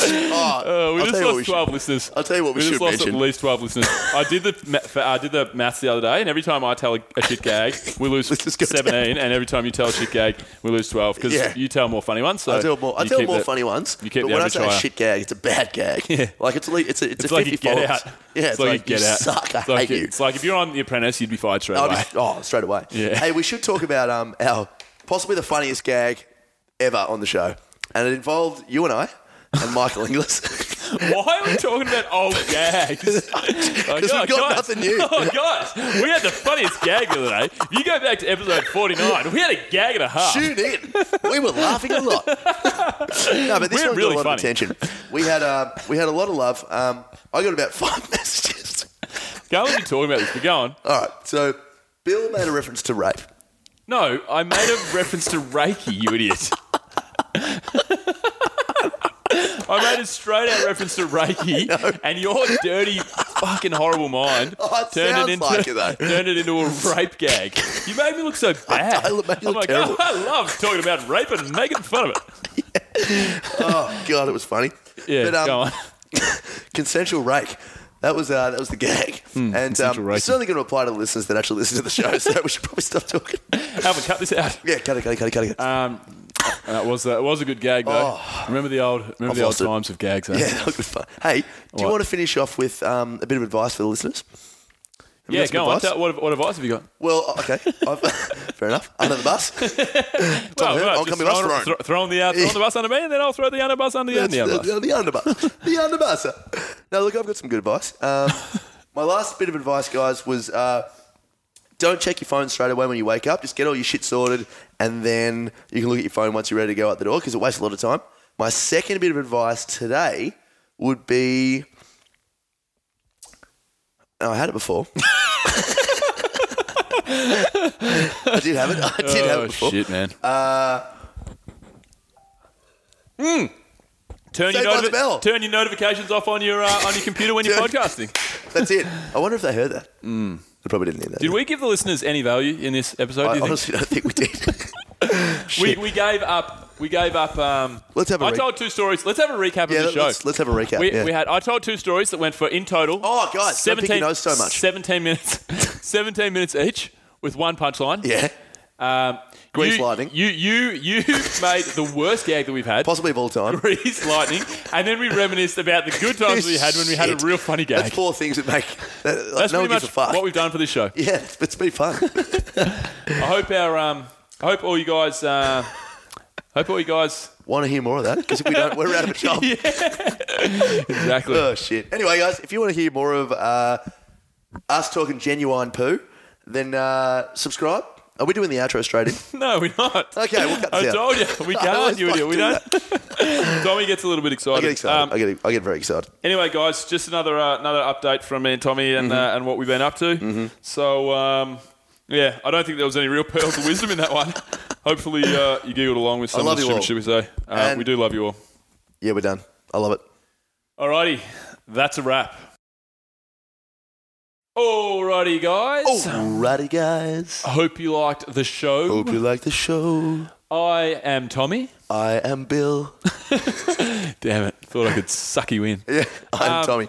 Speaker 1: Oh,
Speaker 2: Uh, we
Speaker 1: I'll tell
Speaker 2: just
Speaker 1: you what we
Speaker 2: lost
Speaker 1: should-
Speaker 2: twelve listeners.
Speaker 1: I'll tell you what we
Speaker 2: we just
Speaker 1: should
Speaker 2: lost
Speaker 1: mention.
Speaker 2: at least twelve listeners. I did the ma- fa- I did the maths the other day, and every time I tell a, a shit gag, we lose
Speaker 1: Let's just go
Speaker 2: seventeen, and every time you tell a shit gag, we lose twelve because
Speaker 1: Yeah.
Speaker 2: you tell more funny ones. So
Speaker 1: I tell more, I
Speaker 2: you
Speaker 1: tell
Speaker 2: keep
Speaker 1: more
Speaker 2: that-
Speaker 1: funny ones.
Speaker 2: you keep
Speaker 1: but
Speaker 2: the
Speaker 1: when I
Speaker 2: average
Speaker 1: say a
Speaker 2: higher.
Speaker 1: shit gag, it's a bad gag. Yeah. Like it's a, le- it's a, it's
Speaker 2: It's
Speaker 1: a
Speaker 2: like
Speaker 1: 50
Speaker 2: you get
Speaker 1: folds.
Speaker 2: out.
Speaker 1: Yeah, it's, like,
Speaker 2: you get
Speaker 1: you
Speaker 2: out.
Speaker 1: suck. I
Speaker 2: It's like,
Speaker 1: hate you.
Speaker 2: It's like if you're on The Apprentice, you'd be fired straight
Speaker 1: I'll
Speaker 2: away.
Speaker 1: just- oh, straight away.
Speaker 2: Yeah.
Speaker 1: Hey, we should talk about um, our possibly the funniest gag ever on the show, and it involved you and I and Michael Inglis.
Speaker 2: Why are we talking about old gags? Because
Speaker 1: we've got nothing new.
Speaker 2: Oh, guys, we had the funniest gag the other day. If you go back to episode 49, we had a gag and a half.
Speaker 1: Tune in. We were laughing a lot. no, but this
Speaker 2: We're
Speaker 1: one
Speaker 2: really
Speaker 1: got a lot of
Speaker 2: funny.
Speaker 1: attention. We had um, we had a lot of love. Um, I got about five messages.
Speaker 2: Can't be talking about this, but go on.
Speaker 1: All right, so Bill made a reference to rape.
Speaker 2: No, I made a reference to Reiki, you idiot. I made a straight out reference to Reiki, and your dirty, fucking horrible mind
Speaker 1: Oh, it sounds
Speaker 2: into
Speaker 1: like it, though.
Speaker 2: turned it into a rape gag. You made me look so bad.
Speaker 1: I look- made you
Speaker 2: I'm
Speaker 1: look
Speaker 2: like,
Speaker 1: terrible.
Speaker 2: "Oh, I love talking about rape and making fun of it.
Speaker 1: Oh God, it was funny.
Speaker 2: Yeah,
Speaker 1: but, um,
Speaker 2: go on.
Speaker 1: consensual rake. That was uh, that was the gag, and um,
Speaker 2: Hmm, raking.
Speaker 1: it's only going to apply to the listeners that actually listen to the show. So we should probably stop talking.
Speaker 2: Alvin, cut this out.
Speaker 1: Yeah, cut it, cut it, cut it, cut it.
Speaker 2: Um, that was uh, it was a good gag though. Remember the old remember
Speaker 1: Oh. I've
Speaker 2: the old
Speaker 1: lost it.
Speaker 2: times of gags. Eh?
Speaker 1: yeah, that was fun. Hey, do you
Speaker 2: What?
Speaker 1: want to finish off with um, a bit of advice for the listeners? Have you
Speaker 2: Yeah,
Speaker 1: got some
Speaker 2: go on.
Speaker 1: advice?
Speaker 2: Tell, what, what advice have you got?
Speaker 1: Well, okay, I've, fair enough. Under the bus. Tom Hoon,
Speaker 2: right,
Speaker 1: on
Speaker 2: just
Speaker 1: Comedy Bus
Speaker 2: throw-
Speaker 1: Throne.
Speaker 2: thro- throwing the uh, throwing the bus under me, and then I'll throw the underbus under you.
Speaker 1: That's
Speaker 2: And the underbus.
Speaker 1: the, the underbus. the underbus. Now, look, I've got some good advice. Um, My last bit of advice, guys, was uh, don't check your phone straight away when you wake up. Just get all your shit sorted, and then you can look at your phone once you're ready to go out the door because it wastes a lot of time. My second bit of advice today would be. Oh, I had it before. I did have it. I did have it before.
Speaker 2: Oh, shit, man. Uh, Turn your,
Speaker 1: Saved by
Speaker 2: notifi-
Speaker 1: the bell.
Speaker 2: Hmm. turn your notifications off on your uh, on your computer when you're
Speaker 1: Turn-
Speaker 2: podcasting.
Speaker 1: That's it. I wonder if they heard that. Mm. They probably didn't hear that.
Speaker 2: Did we give the listeners any value in this episode? do
Speaker 1: I
Speaker 2: you think?
Speaker 1: honestly don't think we did.
Speaker 2: we,
Speaker 1: Shit.
Speaker 2: we gave up. We gave up. Um,
Speaker 1: Let's have a
Speaker 2: I
Speaker 1: re-
Speaker 2: told two stories. Let's have a recap
Speaker 1: yeah,
Speaker 2: of the show.
Speaker 1: let's, let's have a recap.
Speaker 2: we,
Speaker 1: yeah.
Speaker 2: we had. I told two stories that went for in total.
Speaker 1: Oh, God, don't think you know so much.
Speaker 2: Seventeen minutes. Seventeen minutes each with one punchline.
Speaker 1: yeah,
Speaker 2: Um,
Speaker 1: Grease
Speaker 2: you,
Speaker 1: lightning.
Speaker 2: You you you made the worst gag that we've had.
Speaker 1: possibly of all time.
Speaker 2: Grease lightning, and then we reminisced about the good times we had when we had a
Speaker 1: Shit.
Speaker 2: real funny gag.
Speaker 1: That's four things that make. That, like,
Speaker 2: That's
Speaker 1: no one
Speaker 2: pretty
Speaker 1: gives
Speaker 2: much
Speaker 1: a fuck.
Speaker 2: what we've done for this show.
Speaker 1: yeah, it's, it's been fun.
Speaker 2: I hope our um, I hope all you guys. Uh, hope all you guys.
Speaker 1: Want to hear more of that? Because if we don't, we're out of a job.
Speaker 2: Exactly.
Speaker 1: Oh shit. Anyway, guys, if you want to hear more of uh, us talking genuine poo, then uh, subscribe. Are we doing the outro straight in?
Speaker 2: No, we're not.
Speaker 1: Okay, we'll cut this
Speaker 2: I
Speaker 1: out.
Speaker 2: told you, we
Speaker 1: I always
Speaker 2: can't do it.
Speaker 1: fucking
Speaker 2: We
Speaker 1: do
Speaker 2: don't. Tommy gets a little bit excited.
Speaker 1: I get excited.
Speaker 2: Um,
Speaker 1: I get. I get very excited.
Speaker 2: anyway, guys, just another uh, another update from me and Tommy
Speaker 1: Mm-hmm.
Speaker 2: and uh, and what we've been up to. So um, yeah, I don't think there was any real pearls of wisdom in that one. Hopefully, uh, you giggled along with some
Speaker 1: love
Speaker 2: of the
Speaker 1: you all.
Speaker 2: stupid shit we say. Uh,
Speaker 1: And-
Speaker 2: we do love you all.
Speaker 1: Yeah, we're done. I love it.
Speaker 2: Alrighty, that's a wrap. Alrighty, guys.
Speaker 1: Alrighty, guys.
Speaker 2: I hope you liked the show.
Speaker 1: Oh. Hope you like the show.
Speaker 2: I am Tommy.
Speaker 1: I am Bill.
Speaker 2: Damn it! Thought I could suck you in.
Speaker 1: Yeah, I'm Tommy.
Speaker 2: Um,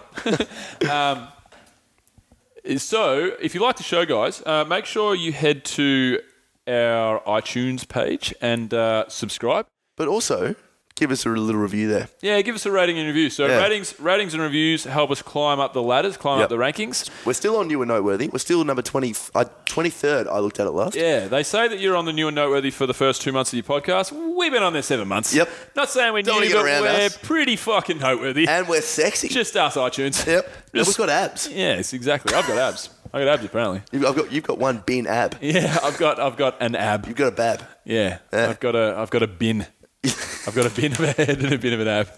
Speaker 2: So, if you like the show, guys, uh, make sure you head to our iTunes page and uh, subscribe.
Speaker 1: But also, give us a little review there.
Speaker 2: Yeah, give us a rating and review. So,
Speaker 1: Yeah.
Speaker 2: ratings, ratings and reviews help us climb up the ladders, climb
Speaker 1: Yep.
Speaker 2: up the rankings.
Speaker 1: We're still on New and Noteworthy. We're still number 20, uh, 23rd, I looked at it last.
Speaker 2: Yeah, they say that you're on the new and noteworthy for the first two months of your podcast. We've been on there seven months.
Speaker 1: Yep.
Speaker 2: Not saying we're
Speaker 1: Don't wanna
Speaker 2: new,
Speaker 1: get
Speaker 2: but
Speaker 1: around
Speaker 2: we're
Speaker 1: us.
Speaker 2: pretty fucking noteworthy.
Speaker 1: And we're sexy.
Speaker 2: Just us, iTunes.
Speaker 1: yep. And
Speaker 2: Just-
Speaker 1: we've got abs.
Speaker 2: Yes, exactly. I've got abs. I got abs apparently.
Speaker 1: You've, I've got, you've got one bin ab.
Speaker 2: Yeah, I've got I've got an ab.
Speaker 1: You've got a bab.
Speaker 2: Yeah,
Speaker 1: Yeah.
Speaker 2: I've got a I've got a bin. I've got a bin of a head and a bin of an ab.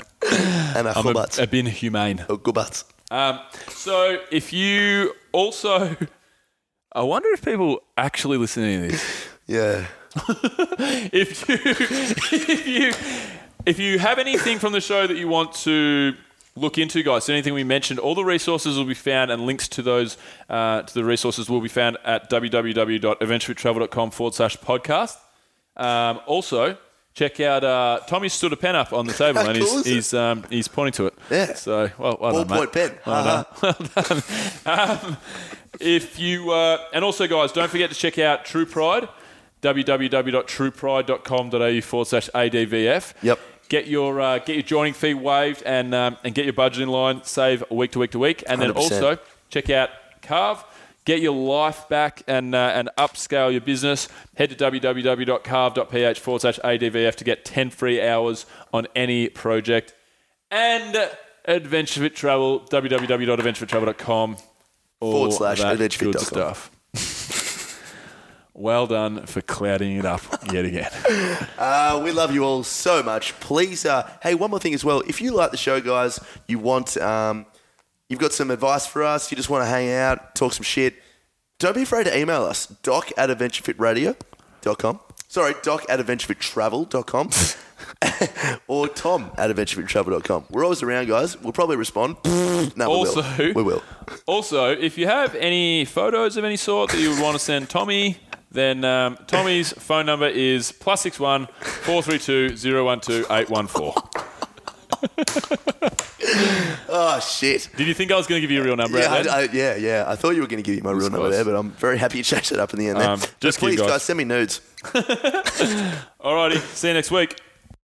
Speaker 1: And a Oh,
Speaker 2: I'm a,
Speaker 1: hubat.
Speaker 2: a bin humane.
Speaker 1: A gubat.
Speaker 2: Um, so if you also, I wonder if people actually listening to this.
Speaker 1: Yeah.
Speaker 2: If you, if you, if you have anything from the show that you want to look into, guys, anything we mentioned, all the resources will be found, and links to those uh, to the resources will be found at www.adventurefittravel.com forward slash podcast. Um, also, check out uh, Tommy stood a pen up on the table
Speaker 1: How
Speaker 2: and
Speaker 1: cool is
Speaker 2: he's
Speaker 1: it?
Speaker 2: he's, um, he's pointing to it.
Speaker 1: Yeah.
Speaker 2: So well, well done,
Speaker 1: Ballpoint
Speaker 2: mate.
Speaker 1: pen.
Speaker 2: Well
Speaker 1: Ha
Speaker 2: done. Well done. Um, if you uh, and also guys, don't forget to check out True Pride www.truepride.com.au forward slash advf.
Speaker 1: Yep.
Speaker 2: Get your uh, get your joining fee waived and um, and get your budget in line. Save week to week to week, and then
Speaker 1: 100%.
Speaker 2: also check out Carve. Get your life back and uh, and upscale your business. Head to www.carve.ph forward slash advf to get ten free hours on any project. And Adventure Fit Travel www.adventurefittravel.com all
Speaker 1: Forward slash
Speaker 2: that
Speaker 1: adventurefit.com.
Speaker 2: good stuff. Well done for clouding it up yet again.
Speaker 1: Uh, we love you all so much. Please, uh, hey, one more thing as well. If you like the show, guys, you want, um, you've got some advice for us, you just want to hang out, talk some shit, don't be afraid to email us, doc at adventurefitradio.com. Sorry, doc at adventurefittravel.com or tom at adventurefittravel.com. We're always around, guys. We'll probably respond. no, we
Speaker 2: Also-
Speaker 1: will. We will.
Speaker 2: Also, if you have any photos of any sort that you would want to send Tommy, then um, Tommy's phone number is plus six one four three two zero one two eight one four.
Speaker 1: Oh, shit.
Speaker 2: Did you think I was going to give you a real number?
Speaker 1: Yeah,
Speaker 2: out there?
Speaker 1: I, I, yeah, yeah. I thought you were going to give me my real number
Speaker 2: close.
Speaker 1: there, but I'm very happy you changed it up in the end. there.
Speaker 2: Um,
Speaker 1: But
Speaker 2: just keep
Speaker 1: please,
Speaker 2: going.
Speaker 1: guys, send me nudes.
Speaker 2: Alrighty, see you next week.